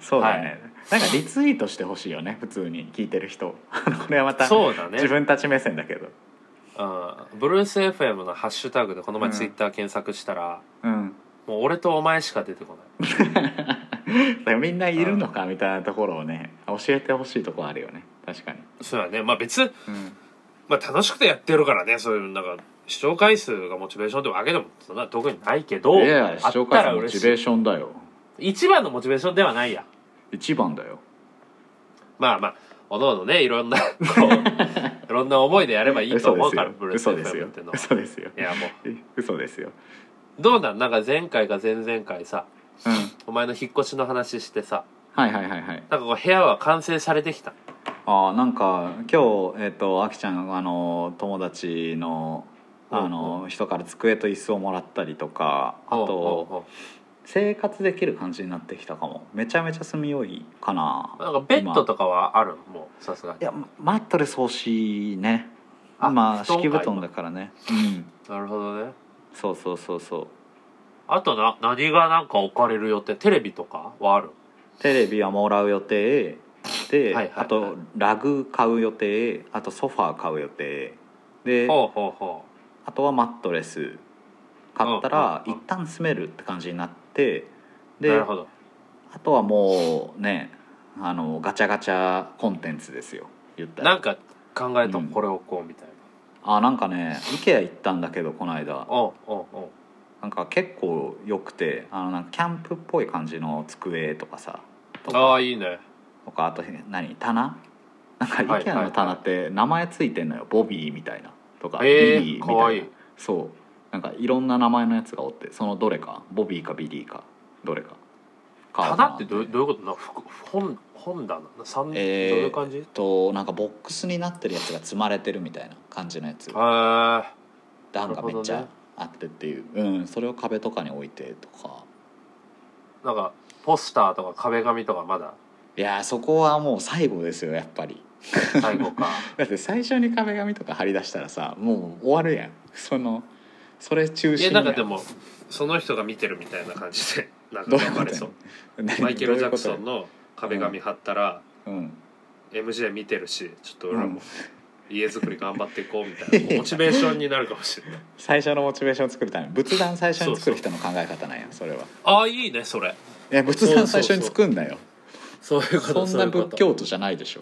B: そうだね、なんかリツイートしてほしいよね普通に聞いてる人 あのこ れはま
A: と
B: た
A: そうだね
B: 自分たち目線だけど
A: うん、ブルース FM のハッシュタグでこの前ツイッター検索したら、
B: うん
A: もう俺とお前しか出てこない
B: だからみんないるのかみたいなところをね教えてほしいとこあるよね確かに、
A: そうやねまあ別、
B: うん、
A: まあ、楽しくてやってるからねそういうなんか視聴回数がモチベーションってわけでもそんな特にないけど
B: いやいや視聴回数モチベ
A: い
B: ーションだよ
A: 一番のモチベーションではないや
B: 一番だよ
A: まあまあおのおのねいろんなこう いろんな思いでやればいいと
B: 嘘で
A: 思う
B: す
A: から
B: よ
A: ブルース
B: 嘘です
A: FM
B: よ
A: っていうのは
B: 嘘ですよ
A: いやもう
B: 嘘ですよ
A: どうなんなんか前回か前々回さ
B: うん
A: お前の引っ越しの話してさ
B: はいはいはいはい
A: なんかこう部屋は完成されてきた
B: あーなんか今日えっ、とあきちゃんあの友達のあ
A: うん
B: の人から机と椅子をもらったりとかあ
A: おう
B: と
A: おう
B: 生活できる感じになってきたかもめちゃめちゃ住みよいかな
A: おうなんかベッドとかはあるもうさすがに
B: いやまマットレス欲しいね
A: あ
B: まあ
A: 布団か
B: 敷布団だからねうん
A: なるほどね
B: そうそうそうそう
A: あとな何がなんか置かれる予定テレビとかはある
B: テレビはもらう予定
A: はいは
B: で、
A: いはい
B: あとラグ買う予定あとソファー買う予定で
A: ほうほうほ
B: あとはマットレス買ったら
A: うん
B: 一
A: うんうん
B: 旦住めるって感じになって
A: うな
B: で
A: るほど
B: あとはもうねあのガチャガチャコンテンツですよ言った
A: な
B: ら
A: んか考えと
B: うん
A: これ置こうみたいな、
B: あなんかね IKEA 行ったんだけどこの間
A: おうおうおう
B: なんか結構良くてあのなんかキャンプっぽい感じの机とかさとか
A: ああいいね
B: とかあとへ何棚なんか
A: はい
B: IKEA の棚って名前ついてんのよ、ボビーみたいなとか、
A: ええ
B: ビリーみ
A: か
B: たい
A: わ
B: ない
A: い
B: そうなんかいろんな名前のやつがおってそのどれかボビーかビリーかどれか買おうか
A: 棚
B: な
A: ってどうどういうことなふく本本棚三、
B: えー
A: どういう感じへ
B: えっとなんかボックスになってるやつが積まれてるみたいな感じのやつ
A: ー
B: 段がめっち
A: なる
B: ゃ
A: ほ
B: あってっていう、うんそれを壁とかに置いてとか
A: なんかポスターとか壁紙とかまだ
B: いやーそこはもう最後ですよやっぱり
A: 最後 か
B: だって最初に壁紙とか貼り出したらさもう終わるやんそのそれ中
A: い
B: 心
A: やなんかでもその人が見てるみたいな感じ でなんか
B: どういう
A: 頑張れ
B: ことや
A: そう
B: 何
A: マイケル・ジャクソ
B: ど
A: ンの壁紙貼ったら、
B: ういうこ
A: MJ 見てるしちょっと
B: と
A: 俺
B: よ
A: ら
B: うん、うん
A: も、家づくり頑張っていこうみたいな、モチベーションになるかもし れない
B: 最初のモチベーションを作るために仏壇最初に作る人の考え方なんやそれは
A: ああいいねそれ
B: いや仏壇最初に作んなよ
A: そういうこと
B: そんな
A: ういうこと
B: 仏教徒じゃないでしょ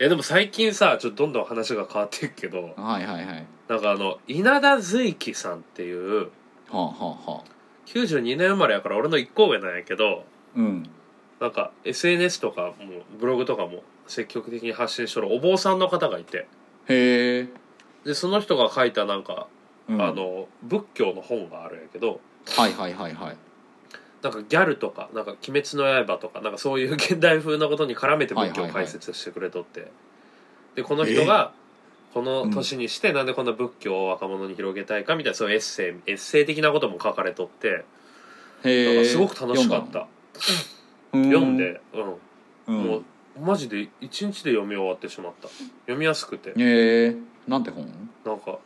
A: いやでも最近さちょっとどんどん話が変わっていくけど
B: はいはいはいは
A: なんかあの稲田瑞希さんっていう
B: あはあはあ
A: 92年生まれやから俺の1個上なんやけど
B: うん
A: なんか SNS とかもブログとかも積極的に発信しとるお坊さんの方がいて
B: へえ、
A: でその人が書いたなんか、
B: うん
A: あの仏教の本があるんやけど
B: はいはいはいはい
A: なんかギャルとか「なんか鬼滅の刃」とかなんかそう いう現代風なことに絡めて仏教を解説してくれとって、でこの人がこの年にしてなんでこんな仏教を若者に広げたいかみたいなそういうエッセイエッセイ的なことも書かれとってだか
B: へ
A: ら
B: え
A: すごく楽しかった
B: 読
A: 読ん
B: んだの
A: で、うん
B: うん
A: もうマジで一日で読み終わってしまった読みやすくて
B: へえなんて本
A: なんか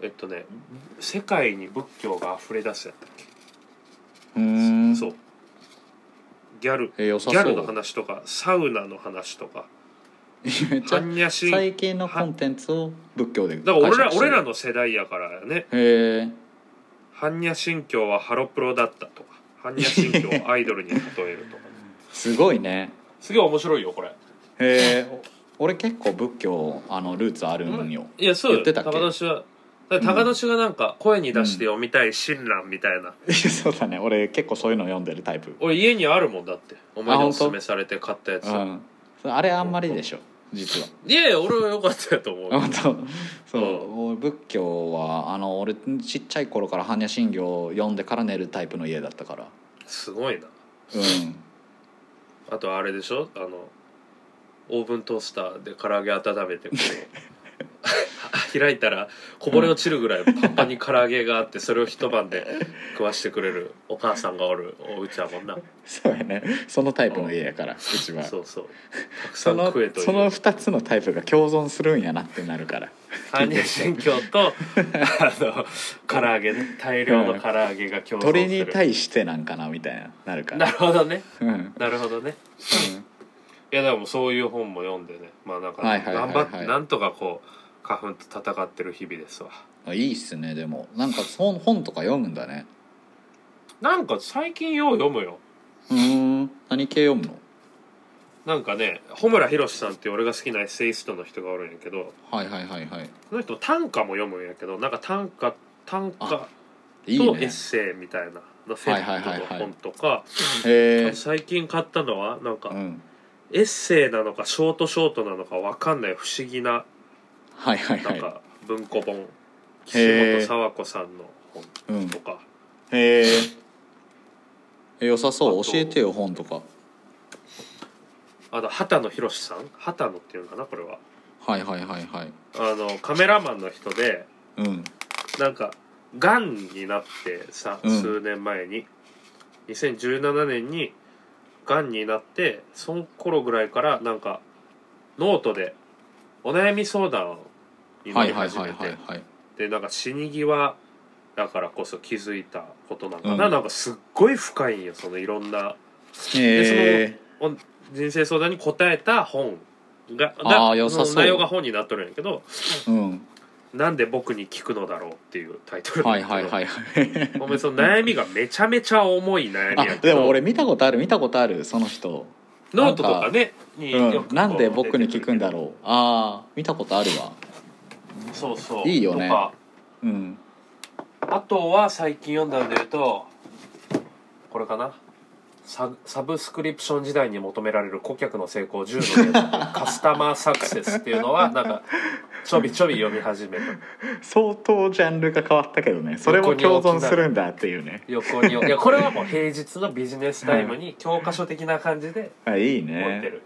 A: えっとね「世界に仏教が溢れ出す」やったっけ
B: うーん
A: そうギャル
B: えー良さ
A: ギ
B: そう
A: ャルの話とかサウナの話とか
B: めっちゃ
A: 般若心
B: 最近のコンテンツを仏教で
A: だから俺ら
B: 解釈して
A: 俺
B: る
A: らの世代やからね
B: へえ
A: 般若心経はハロプロだったとか般若心経をアイドルに例えるとか
B: すごいね
C: すげえ面白いよこれ
B: へえ俺結構仏教あのルーツあるんよ
A: いやそう
B: 言ってたっけ
A: 高年はだから高年がなんか声に出して読みたい親鸞みたいな、
B: そうだね俺結構そういうの読んでるタイプ
A: 俺家にあるもんだってお前に
B: あ
A: おすすめされて買ったやつ、
B: うんあれあんまりでしょ実はい
A: やいや俺は良かったやと思う
B: 本当そう、俺仏教はあの俺ちっちゃい頃から般若心経を読んでから寝るタイプの家だったから
A: すごいな
B: うん
A: あとあれでしょあのオーブントースターで唐揚げ温めてこう 開いたらこぼれ落ちるぐらいパンパンに唐揚げがあってそれを一晩で食わしてくれるお母さんがおるお家やもんな
B: そうやねそのタイプの家やからうちは
A: そうそうたくさ
B: そ
A: ん
B: の
A: 食えという
B: その2つのタイプが共存するんやなってなるから
A: 般若心経とあの唐揚げね大量の唐揚げが共存する
B: 鳥に対してなんかなみたいななるか
A: な
B: ら
A: るほどね
B: うんうん
A: なるほどねいやでもそういう本も読んでねまあなんか
B: はいはいはいは
A: 頑
B: い
A: 張ってなんとかこう花粉と戦ってる日々ですわ
B: あいいっすねでもなんか本本とか読むんだね
A: なんか最近よう読むよ
B: うーん何系読むの
A: なんかね穂村博さんっていう俺が好きなエッセイストの人がおるんやけど
B: はいはいはいはい
A: この人短歌も読むんやけどなんか短歌短歌
B: いい
A: とエ
B: ね
A: ッセイみたいなのセットの本とか
B: へえ
A: 最近買ったのはなんか、
B: うん
A: エッセイなのかショートショートなのかわかんない不思議な
B: はいはい
A: なん
B: は
A: か文庫本、
B: へー
A: 岸本佐和子さんの
B: いうん
A: 本とか
B: へええ良さそ
A: あ
B: う
A: と
B: 教えてよ本とか
A: あと畑野博さん畑野っていうのかなこれは
B: はいはいはいはい
A: あのカメラマンの人で
B: うん
A: なんかがんになってさ、
B: うん
A: 数年前に2017年にがんになってその頃ぐらいからなんかノートでお悩み相談に乗
B: は
A: り
B: いはい
A: 始
B: はい
A: め
B: はい
A: て
B: はい
A: でなんか死に際だからこそ気づいたことなんかな、
B: うん
A: なんかすっごい深いんよそのいろんな
B: へえ
A: お人生相談に答えた本が
B: あー
A: が
B: 良さそう
A: の内容が本になっとるんやけど
B: うん
A: 「なんで僕に聞くのだろう」っていうタイトル
B: はいはいはいいはい
A: ごめんその悩みがめちゃめちゃ重い悩み
B: あ
A: やけ
B: で
A: ど
B: も俺見たことある見たことあるその人
A: ノートとかねによく
B: う
A: こ
B: ん、
A: う
B: なんで僕に聞くんだ
A: 出て
B: ろうああ見たことあるわ
A: くるそうそう
B: いいよね
A: とか
B: うん
A: あとは最近読んだので言うとこれかなササブスクリプション時代に求められる顧客の成功10の原則カスタマーサクセスっていうのはなんかちょびちょび読み始めた
B: 相当ジャンルが変わったけどねそれも共存するんだっていうね
A: 横にいやこれはもう平日のビジネスタイムに教科書的な感じで
B: あいい
A: 置いて
B: ね
A: る、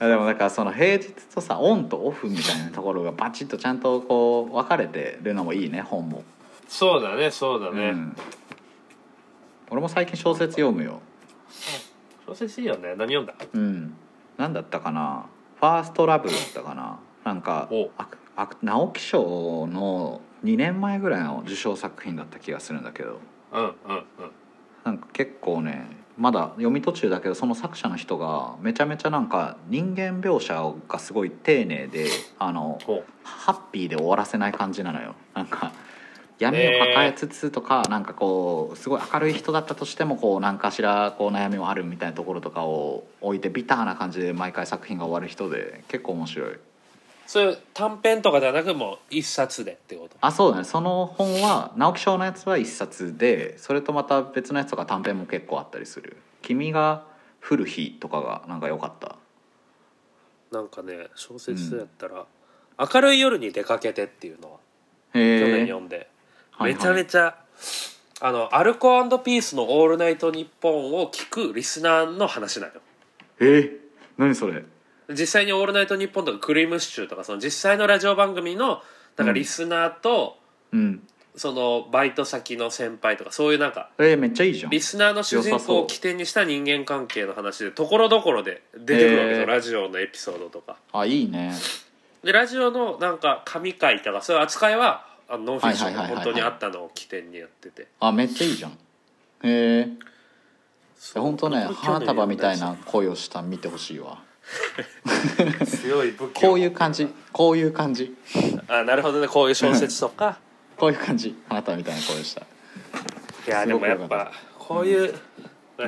B: あでもなんかその平日とさオンとオフみたいなところがバチッとちゃんとこう分かれてるのもいいね本も、
A: そうだねそうだ
B: う
A: ね、
B: ん、俺も最近小説読むよ
A: 小説いいよね何読んだ
B: うん何だったかなファーストラブだったかななんか
A: お
B: ああ直木賞の2年前ぐらいの受賞作品だった気がするんだけど
A: うんうんうん
B: なんか結構ねまだ読み途中だけどその作者の人がめちゃめちゃなんか人間描写がすごい丁寧であの
A: お
B: ハッピーで終わらせない感じなのよなんか闇を抱えつつとか、なんかこうすごい明るい人だったとしてもこう何かしらこう悩みもあるみたいなところとかを置いてビターな感じで毎回作品が終わる人で結構面白い
A: そういう短編とかではなくもう一冊でってこと
B: あそうだねその本は直木賞のやつは一冊でそれとまた別のやつとか短編も結構あったりする「君が降る日」とかがなんか良かった
A: なんかね小説やったら「明るい夜に出かけて」っていうのは去
B: へ
A: 年
B: え
A: 読んで、
B: はいはい
A: めちゃめちゃ、あのアルコピースの「オールナイトニッポン」を聞くリスナーの話なの
B: えー、何それ
A: 実際に「オールナイトニッポン」とか「クリームシチュー」とかその実際のラジオ番組のなんかリスナーと、
B: うん
A: そのバイト先の先輩とかそういうなんか
B: えー、めっちゃいいじゃん
A: リスナーの主人公を起点にした人間関係の話でところどころで出てくるわけです
B: へ
A: よ
B: ー
A: ラジオのエピソードとか
B: あいいね
A: でラジオのなんか紙書いたかそういう扱いはあのノンフィクションが
B: はいはいはい
A: 本
B: はい
A: 当にあったのを起点にやってて
B: あめっちゃいいじゃんへえ
A: そう
B: 本当ね
A: 僕
B: 花束みたい
A: 去
B: な恋をした見てほしいわ
A: 年読んだやつ強い武 器を
B: こういう感じこういう感じ
A: あなるほどねこういう小説とか
B: こういう感じ花束みたいな恋をした
A: いや
B: す
A: で
B: ご
A: も
B: く
A: や
B: 良
A: っ
B: かった
A: ぱこういう、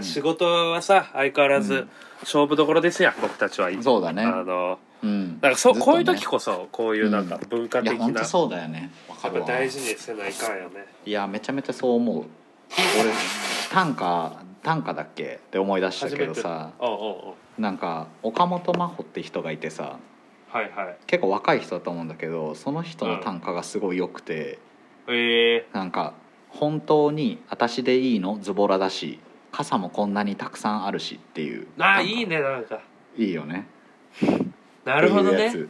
A: 仕事はさ相変わらず勝負どころですやん僕たちは
B: そうだね
A: あの
B: うん
A: なんかそ
B: ず
A: う、
B: っとね
A: こういう時こそこういうなんか文化
B: い
A: 的
B: や
A: な、
B: 本
A: や
B: 当
A: っ
B: そうだよねわか
A: ぱ
B: るわ
A: 大事にせないかんよね
B: いやめちゃめちゃそう思う俺短歌短歌だっけって思い出したけどさ
A: おうおうおう
B: なんか岡本真帆って人がいてさ
A: はいはい
B: 結構若い人だと思うんだけどその人の短歌がすごい良くて、
A: ええ
B: なんか「本当に私でいいのズボラだし傘もこんなにたくさんあるし」っていう
A: あ
B: 短歌
A: いいねなんか
B: いいよね
A: なるほど
B: っていうや
A: ね
B: つ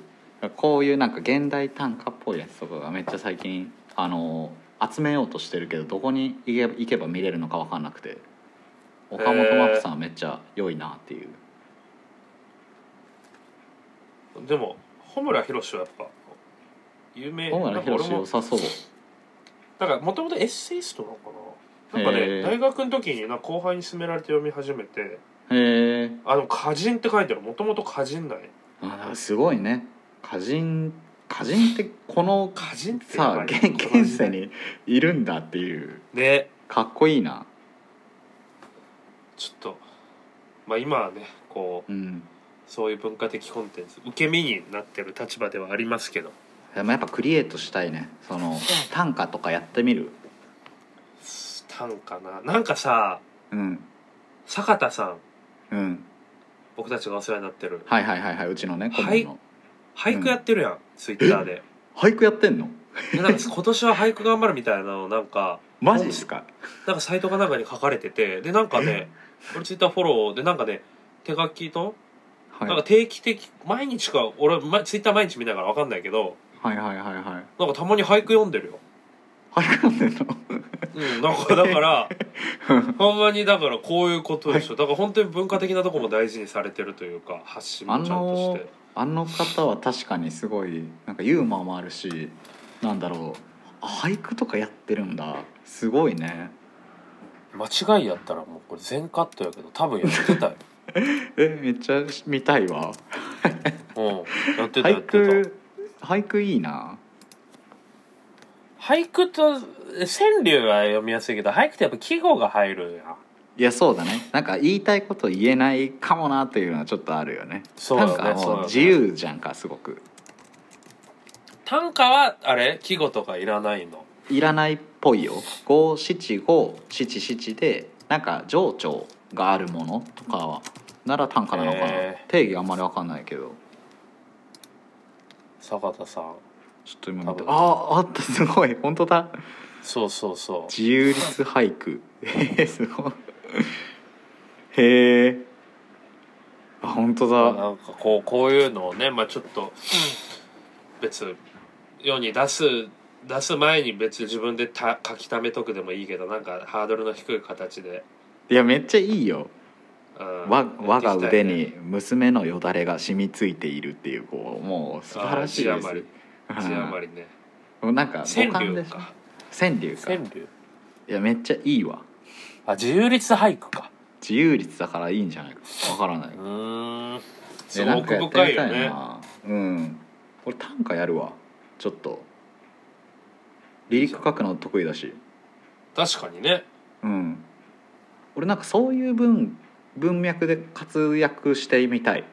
B: こういうなんか現代短歌っぽいやつとかがめっちゃ最近あの集めようとしてるけどどこに行けば行けば見れるのか分かんなくて岡本真帆さんはめっちゃ良いなっていう、
A: でも穂村弘はやっぱ有名
B: 小村
A: なんか
B: 博
A: 俺も
B: 良さそう
A: だからもともとエッセイストなのかななんかね、
B: へえ
A: 大学の時になんか後輩に勧められて読み始めて
B: へえ
A: 「あの歌人」って書いてあるもともと歌人だね
B: あすごいね歌人歌人ってこの
A: 歌人ってや
B: さ
A: ばい
B: 現現世にいるんだっていう
A: ね
B: かっこいいな
A: ちょっとまあ今はねこう
B: うん
A: そういう文化的コンテンツ受け身になってる立場ではありますけど
B: でもやっぱクリエイトしたいねその短歌とかやってみる
A: 短歌ななんかさ
B: うん
A: 坂田さん
B: うん
A: 僕たちがお世話になってる
B: はいはいはいはいうちのね顧問の、
A: はい俳句やってるやん、ツイッター で
B: 俳句やってんの
A: いやなんか今年は俳句頑張るみたいなのをなんか
B: マジっすか
A: なんかサイトかなんかに書かれててでなんかね俺ツイッターフォローでなんかね手書きと、
B: はい
A: なんか定期的毎日か俺、ま、ツイッター毎日見ながらわかんないけど
B: はいはいはいはい
A: なんかたまに俳句読んでるよ
B: 俳句やってん の
A: うん、なんかだから ほんまにだからこういうことでしょ、だから本当に文化的なとこも大事にされてるというか発信もちゃんとして、
B: あの方は確かにすごいなんかユーモアもあるしなんだろう俳句とかやってるんだすごいね
D: 間違いやったらもうこれ全カットやけど多分やってたよ
B: えめっちゃ見たいわ
D: うんやってたやっ
B: 俳
D: てた
B: 句俳句いいな
D: 俳句と川柳は読みやすいけど俳句ってやっぱ季語が入るやん
B: いやそうだねなんか言いたいこと言えないかもなというのはちょっとあるよね
D: そうだ
B: な
D: ね
B: んか
D: そうだ
B: もう
D: ね
B: 自由じゃんかすごく
D: 短歌はあれ季語とかいらないの
B: いらないっぽいよ五七五七七でなんか情緒があるものとかはなら短歌なのかな、
D: へ
B: 定義あんまりわかんないけど
D: 坂田さん
B: ちょっと今見
D: 多
B: た
D: 分
B: あああったすごい本当だ
D: そうそうそ
B: 自由律俳句 えー、すごいへえあ本当
D: う
B: だ
D: なんかこうこういうのをねまあちょっと
A: 別世に出す出す前に別に自分でた書き溜めとくでもいいけどなんかハードルの低い形で、
B: いやめっちゃいいよ
A: うん
B: わ我が腕
A: やっていき
B: に娘のよだれが染みついているっていうこうもう素晴らしい
A: あー
B: です
A: 字余りたいね字余りね
B: うんなんか
A: 川
B: 五感
A: 柳
B: でしょ
A: か
B: 川柳か
D: 川柳
B: いやめっちゃいいわ
D: あ自由律俳句か
B: 自由率だからいいんじゃないかわからないう
D: ーん
A: す
B: えな
A: ご
B: ん
A: く
B: かやってみ
A: 深い
B: た
A: よね
B: なうん俺短歌やるわちょっとリリック書くの得意だし
A: 確かにね
B: うん俺なんかそういう文文脈で活躍してみたい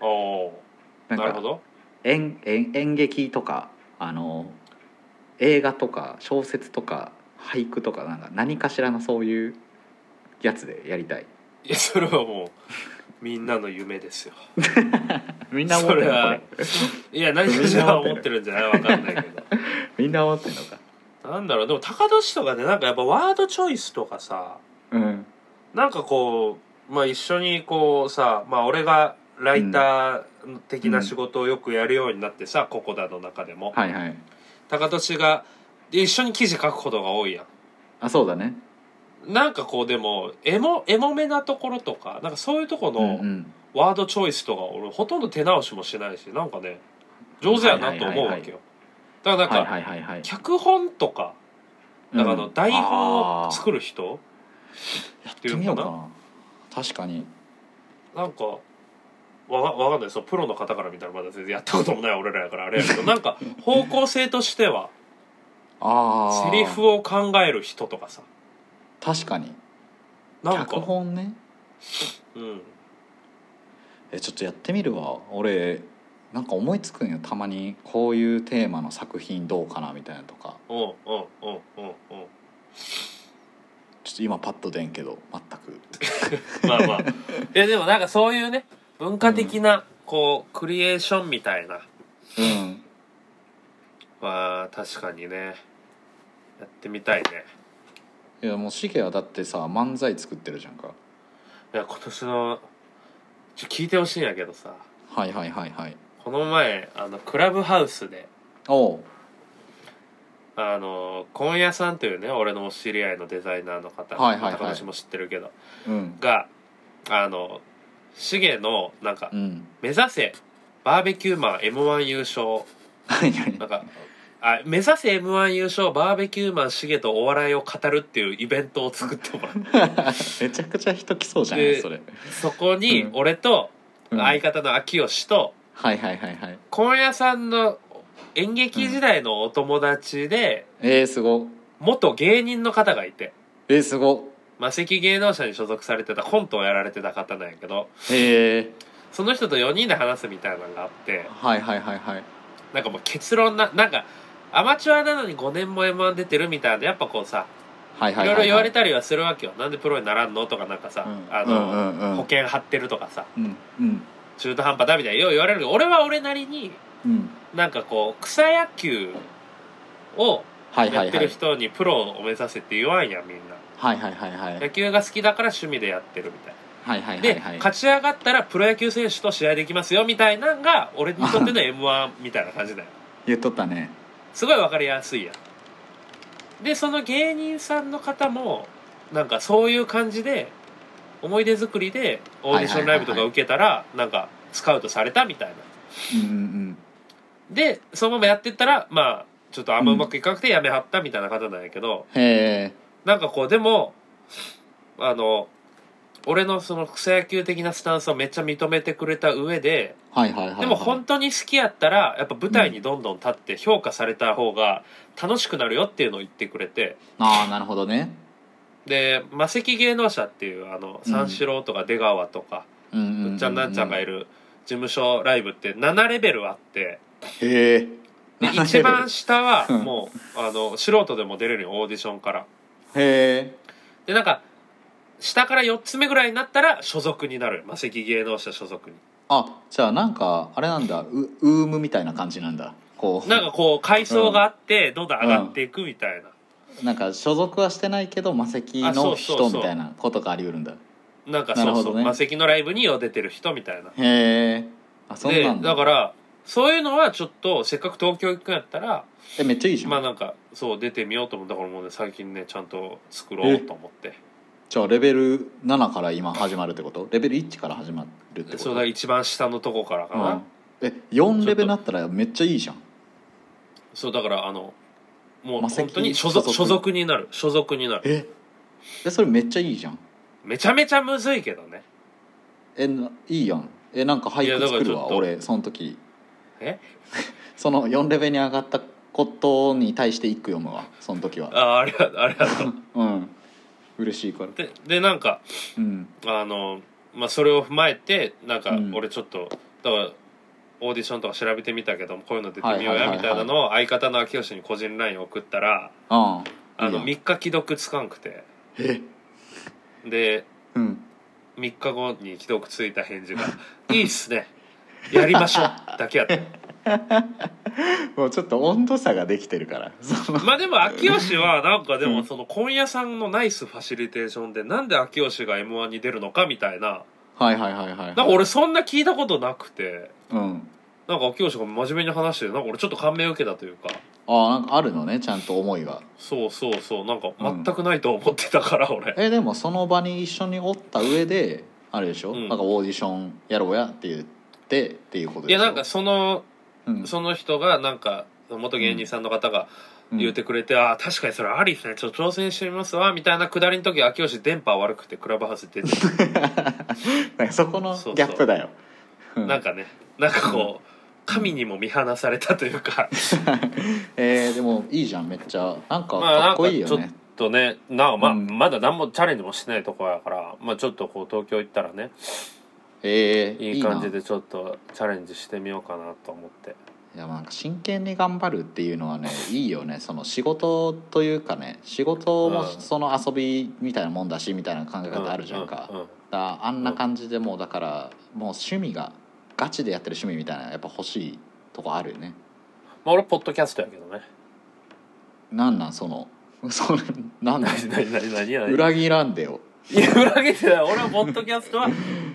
A: おお
B: な
A: ー
B: ん
A: なるほ
B: か
A: ど
B: 演演演劇とかあの映画とか小説とか俳句とかなんか何かしらのそういうやつでやりたい
A: いやそれはもうみんなの夢ですよ
B: みんな思ってる
A: それ
B: のこ
A: は
B: れ
A: いや何かしら思ってるんじゃないわかんないけど
B: みんな思ってるのか
A: なんだろうでも高年とかねなんかやっぱワードチョイスとかさ
B: うん
A: なんかこうまあ一緒にこうさまあ俺がライター的な仕事をよくやるようになってさ、ココダの中でも
B: はいはい
A: 高年がで一緒に記事書くことが多いや
B: あそうだね
A: んなんかこうでもエモエモめなところとかなんかそういうとこ
B: うんう
A: の
B: ん
A: ワードチョイスとか俺ほとんど手直しもしないしなんかね上手やなと思うわけよだから
B: はい
A: なんか
B: はいはいはい
A: 脚本とかだからあの台本を
B: る
A: 作る人
B: やってみようかな確かに
A: なんかわがわかんないそのプロの方から見たらまだ全然やったこともない俺らやからあれや けどなんか方向性としては
B: ああ
A: セリフを考える人とかさ
B: 確かに
A: なん
B: 脚
A: か、
B: 本ね
A: うん、
B: えちょっとやってみるわ俺なんか思いつくんよたまにこういうテーマの作品どうかなみたいなとか
A: うんうんうんうんうん
B: ちょっと今パッと出んけど全く
A: まあまあいやでもなんかそういうね文化的なこうクリエーションみたいな
B: うん
A: は確かにねやってみたいね
B: いやもうシゲはだってさ漫才作ってるじゃんか
A: いや今年のちょ聞いてほしいんやけどさ
B: はいはいはいはい
A: この前あのクラブハウスで
B: おう
A: あの今夜さんというね俺のお知り合いのデザイナーの方、
B: はいはいはい
A: 高橋も知ってるけど
B: うん
A: があのシゲのなんか
B: うん
A: 「目指せバーベキューマン m 1優勝」
B: はいはい
A: なんかあ「目指せ m 1優勝バーベキューマンシゲとお笑いを語る」っていうイベントを作っても らっ
B: めちゃくちゃ人来そうじゃない
A: で
B: それ、
A: てそこに
B: うん
A: 俺と
B: うん
A: 相方の秋吉と
B: はいはいはいはい
A: 今夜さんの演劇時代のお友達で
B: えー、すご
A: 元芸人の方がいて。
B: えー、すご
A: 魔石芸能者に所属されてたコントをやられてた方なんやけど
B: えー、
A: その人と4人で話すみたいなのがあって
B: はいはいはいはい
A: なんかもう結論ななんかアマチュアなのに5年も m 1出てるみたいなやっぱこうさ
B: はいはいい
A: ろいろ言われ
B: た
A: たりはするわけよなんでプロにならんのとかなんかさ、
B: うん
A: あ
B: う
A: の、
B: んうんうん
A: 保険張ってるとかさ
B: うんうん
A: 中途半端だみたいなよう言われるけど俺は俺なりに
B: うん
A: なんかこう草野球を
B: はい
A: や
B: は
A: っ
B: い
A: て
B: は
A: る
B: い
A: 人にプロを目指せって言わんやんみんな
B: はいはいはいはいはい
A: 野球が好きだから趣味でやってるみたいな。
B: はいはい
A: で、
B: はい
A: 勝ち上がったらプロ野球選手と試合できますよみたいなんが俺にとって の m 1みたいな感じだよ
B: 言っとったね
A: すごい分かりやすいやんでその芸人さんの方もなんかそういう感じで思い出作りでオーディションライブとか受けたらなんかスカウトされたみたいな
B: うんうん
A: でそのままやってったらまあちょっとあんまうまくいかなくてやめはったみたいな方なんやけど、
B: うんへえ
A: なんかこうでもあの俺のその草野球的なスタンスをめっちゃ認めてくれた上で
B: はいはいはいはい
A: でも本当に好きやったらやっぱ舞台にどんどん立って評価された方が楽しくなるよっていうのを言ってくれて
B: ああなるほどね
A: で魔石芸能者っていうあの
B: うん
A: 三四郎とか出川とか
B: うんうんうん
A: ぶっちゃんなんちゃんがい
B: る
A: る事務所ライブって7レベルあって
B: へえ
A: で一番下は
B: うん
A: もうあの素人でも出れるよオーディションから。
B: へえ
A: でなんか下から4つ目ぐらいになったら所属になる魔石芸能者所属に
B: あじゃあなんかあれなんだうウームみたいな感じなんだこう
A: なんかこう階層があってどんどん上がっていくみたいな、
B: なんか所属はしてないけど魔石
A: あそ
B: の
A: うそうそう
B: 人みたいなことがあり得るんだ
A: なんか
B: なる
A: そ
B: ほ
A: うそ
B: ど
A: う、
B: ね
A: 魔石のライブによう出てる人みたいな
B: へえあそう
A: で
B: なんだ
A: だからそういうのはちょっとせっかく東京行くんやったら
B: えめっちゃいいじゃん、
A: まあなんかそう出てみようと思ったからもうね最近ねちゃんと作ろうと思って
B: じゃあレベル7から今始まるってことレベル1から始まるってこと
A: そうだ一番下のとこからか
B: う
A: な、
B: ん、え4レベルなったらめっちゃいいじゃん
A: そうだからあのもう
B: 魔石
A: 本当に所
B: 所
A: 属
B: 属
A: 所属になる所属になる
B: ええそれめっちゃいいじゃん
A: めちゃめちゃむずいけどね
B: えないいやんえなんか
A: い
B: 俳
A: や
B: 句
A: だから
B: 作る
A: ちょ
B: わ
A: っと
B: 俺その時
A: え
B: その4レベルに上がったことに対して一句読むわその時は
A: あありがとうありがとう
B: うん嬉しいから
A: ででなんか
B: うん
A: あの、まあ、それを踏まえてなんか
B: うん
A: 俺ちょっと、だからオーディションとか調べてみたけどもこういうの出てみよう
B: はいはいはい
A: や
B: はい
A: みたいなのを相方の秋吉に個人 LINE 送ったら
B: ああ
A: あの
B: いいやん
A: 3日既読つかんくて
B: え
A: で
B: うん
A: 3日後に既読ついた返事 が「いいっすねやりましょう」だけやった
B: もうちょっと温度差ができてるからその
A: まあでも秋吉はなんかで
B: う
A: も
B: ん
A: その今夜さんのナイスファシリテーションでなんで秋吉が m 1に出るのかみたいな
B: はいはいはいはい
A: なんか俺そんな聞いたことなくて。
B: うん
A: なんか秋吉が真面目に話してるなんか俺ちょっと感銘を受けたというか
B: ああなんかあるのねちゃんと思いが
A: そうそうそうなんか全くないと思ってたから、俺
B: えでもその場に一緒におった上であれでしょ、
A: うん
B: なんかオーディションやろうやって言ってっていうこと
A: い
B: でしょ
A: やなんかその
B: うん、
A: その人がなんか元芸人さんの方が、
B: うん
A: 言ってくれて、ああ確かにそれありですねちょっと挑戦してみますわみたいなくだりの時秋吉電波悪くてクラブハウス出てる
B: なんかそこのギャップだようん
A: なんかねなんかこう神にも見放されたという か
B: えーでもいいじゃんめっちゃなんか
A: まあ
B: か
A: な
B: っ
A: ん
B: こ
A: か
B: いい
A: ち
B: よ
A: ょっ
B: ね、
A: とねなまあ
B: うん
A: まだ何もチャレンジもしてないとこやから、まあ、ちょっとこう東京行ったらね
B: えー
A: いい感じ
B: な
A: でちょっとチャレンジしてみようかなと思って
B: いやなんか真剣に頑張るっていうの はねいいよねその仕事というかね仕事も
A: うん
B: その遊びみたいなもんだしみたいな考え方あるじゃんか,、
A: うう
B: だからあんな感じでもうだからもう趣味がガチでやってる趣味みたいなやっぱ欲しいとこあるよね
A: まあ俺ポッドキャストやけど ね
B: なんなんその それなんなん
A: 何何何何何
B: 裏切らんでよ
A: いや裏切ってない俺はポッドキャストは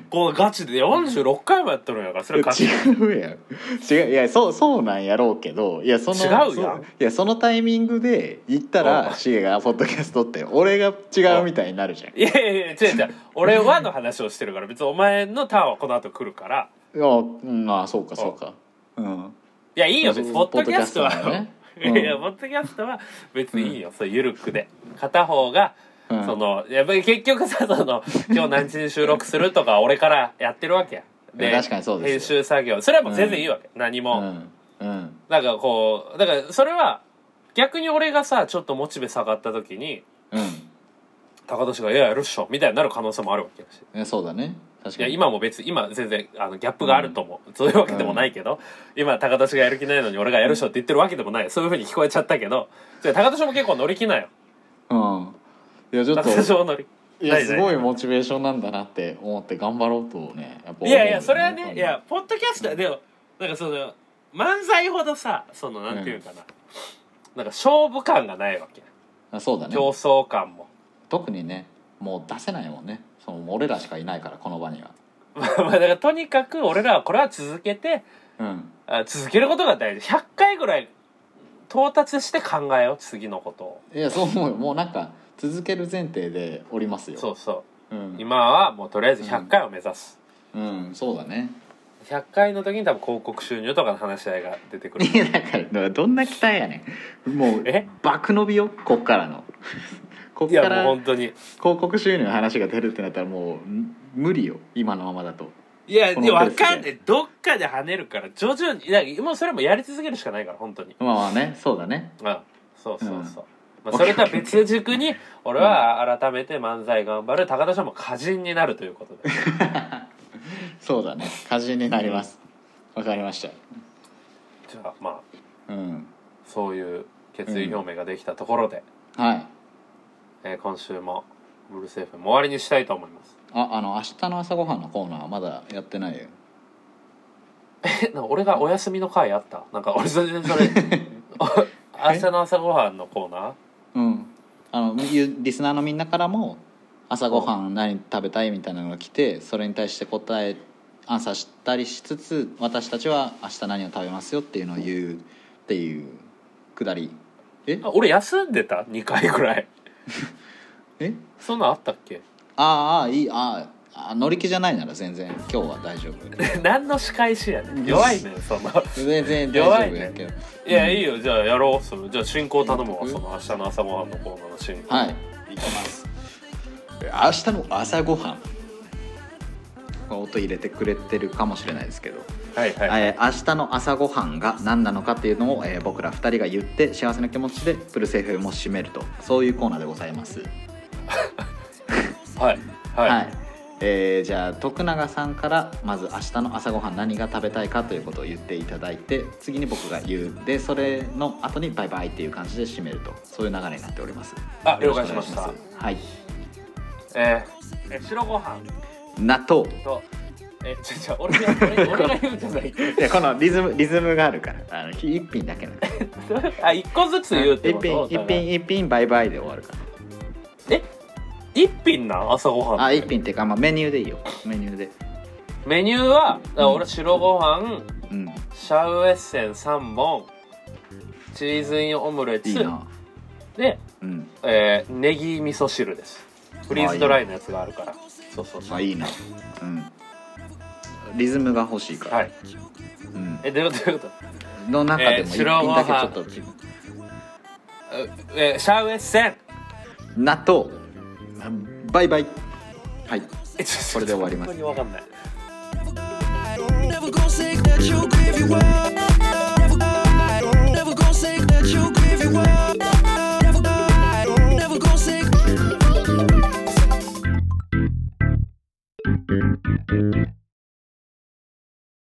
A: こうガチで46回もやってるんやからそれガチ
B: 違うやん違ういやそうそうなんやろうけどいやその
A: 違うやん
B: そいやそのタイミングで行った
A: お
B: ら
A: う
B: シゲが「ポッドキャスト」って俺が違うみたいになるじゃん
A: いやいやいや違う違う俺はの話をしてるから別にお前のターンはこの後来るから
B: いやうんああそうかそうかうん
A: いやいいよ
B: そう
A: 別にポッドキャストは
B: ポッドキャストだよねうん
A: いやポッドキャストは別にいいよ、そうゆるくで片方が
B: うん
A: そのやっぱり結局さその今日何時に収録するとか俺からやってるわけや
B: いや確かにそうです
A: 編集作業それはもう全然いいわけ、何
B: う
A: も、
B: んうん
A: なんかこうだからそれは逆に俺がさちょっとモチベ下がった時に
B: うん
A: 高俊が「いややるっしょ」みたいになる可能性もあるわけだし
B: ねそうだね確
A: い
B: か
A: や
B: に
A: 今も別に今全然あのギャップがあると思う、そういうわけでもないけど、今高俊がやる気ないのに俺がやるっしょって言ってるわけでもないそういうふうに聞こえちゃったけどじゃあ高俊も結構乗り気なよ
B: うんいやちょっ
A: 高
B: と
A: 俊も乗り
B: いや
A: ない
B: すごいモチベーションなんだなって思って頑張ろうとねやっぱ思う
A: い
B: よね
A: やいやそれはねいやポッドキャストはでもなんかその漫才ほどさそのなんていうかな、なんか勝負感がないわけ
B: あそうだね
A: 競争感も
B: 特にねもう出せないもんねその俺らしかいないからこの場には
A: ま あまあだからとにかく俺らはこれは続けて
B: うん
A: あ続けることが大事100回ぐらい到達して考えよう次のことを
B: いやそう思うよもうなんか続ける前提でおりますよ、、
A: そうそううん今はもうとりあえず100回を目指す、
B: うん、そうだね
A: 100回の時に多分広告収入とかの話し合いが出てくる
B: いやだからどんな期待やねんもう
A: え
B: 爆伸びよこっからのこっ
A: い
B: か
A: やもう
B: ら
A: 本当に
B: 広告収入の話が出るってなったらもうん無理よ今のままだと
A: いや
B: このペースで
A: わかんないどっかで跳ねるから徐々にいやもうそれもやり続けるしかないから本当に
B: まあまあねそうだね
A: うんそうそうそう、まあ、それとは別軸に俺は改めて漫才頑張る高田さんも歌人になるということ で
B: そうだね歌人になりますわかりまし
A: じゃあまあ
B: たうん
A: そういう決意表明ができたところで、
B: はい
A: えー今週もブルーセーフも終わりにしたいと思います。
B: ああの明日の朝ごはんのコーナーまだやってないよ
A: え、なんか俺がお休みの回あったなんか俺全 然それ、お明日の朝ごはんのコーナー
B: うん、あのゆリスナーのみんなからも朝ごはん何食べたいみたいなのが来てそれに対して答えアンサーしたりしつつ私たちは明日何を食べますよっていうのを言うっていうくだりえ
A: あ俺休んでた ?2 回ぐらい。
B: え
A: そんなんあったっけ
B: ああああいいあああ乗り気じゃないなら全然今日は大丈夫
A: 何の仕返しやねん。弱いねん、その。
B: 全然大
A: 弱
B: 丈
A: い
B: 夫
A: ね
B: やけど、
A: いや、いいよ。じゃあやろう。そのじゃあ進行頼むわ。その明日の朝ごはんのコーナーの進行。
B: はい行きます明日の朝ごはん音入れてくれてるかもしれないですけど
A: はいはい。
B: えー明日の朝ごはんが何なのかっていうのを、えー僕ら2人が言って幸せな気持ちでプルセーフも締めるとそういうコーナーでございます
A: はい。
B: はい、
A: はい。
B: えーじゃあ徳永さんからまず明日の朝ごはん何が食べたいかということを言っていただいて次に僕が言うでそれの後にバイバイっていう感じで締めるとそういう流れになっております
A: あ、
B: よ
A: 了
B: ろ
A: 解
B: く
A: し
B: お願
A: ま
B: い
A: した。
B: はい
A: えーえ白ご飯
B: 納豆
A: と、え、ちょちょ、俺が、俺俺が言うんじゃない。
B: いやこのリズムリズムがあるからあのひ一品だけなの
A: あ、一個ずつ言うって
B: 一
A: こと
B: 品一品一品バイバイで終わるから
A: え一品なん朝ごはん
B: あ一品っていうか、まあ、メニューでいいよメニューで
A: メニューはだから
B: うん
A: 俺白ご飯
B: うん
A: シャウエッセン3本チーズインオムレツ
B: いいな
A: で、
B: うん
A: えー、ネギ味噌汁ですフリーズドライのやつがあるからそうそうそ
B: ま
A: う
B: あいいなうんリズムが欲しいから、
A: はい
B: うん、
A: えどういうことどういうこと
B: の中でも
A: えー
B: 一
A: 白ご飯
B: 品だけちょっと、
A: えーシャウエッセン
B: 納豆バイバイはいこ
A: こ
B: れで終わりま
A: 本
B: す
A: 当にわかんない
E: Never gonna say that you'll give you up. Never, never gonna say that you'll give you up. Never, never gonna say.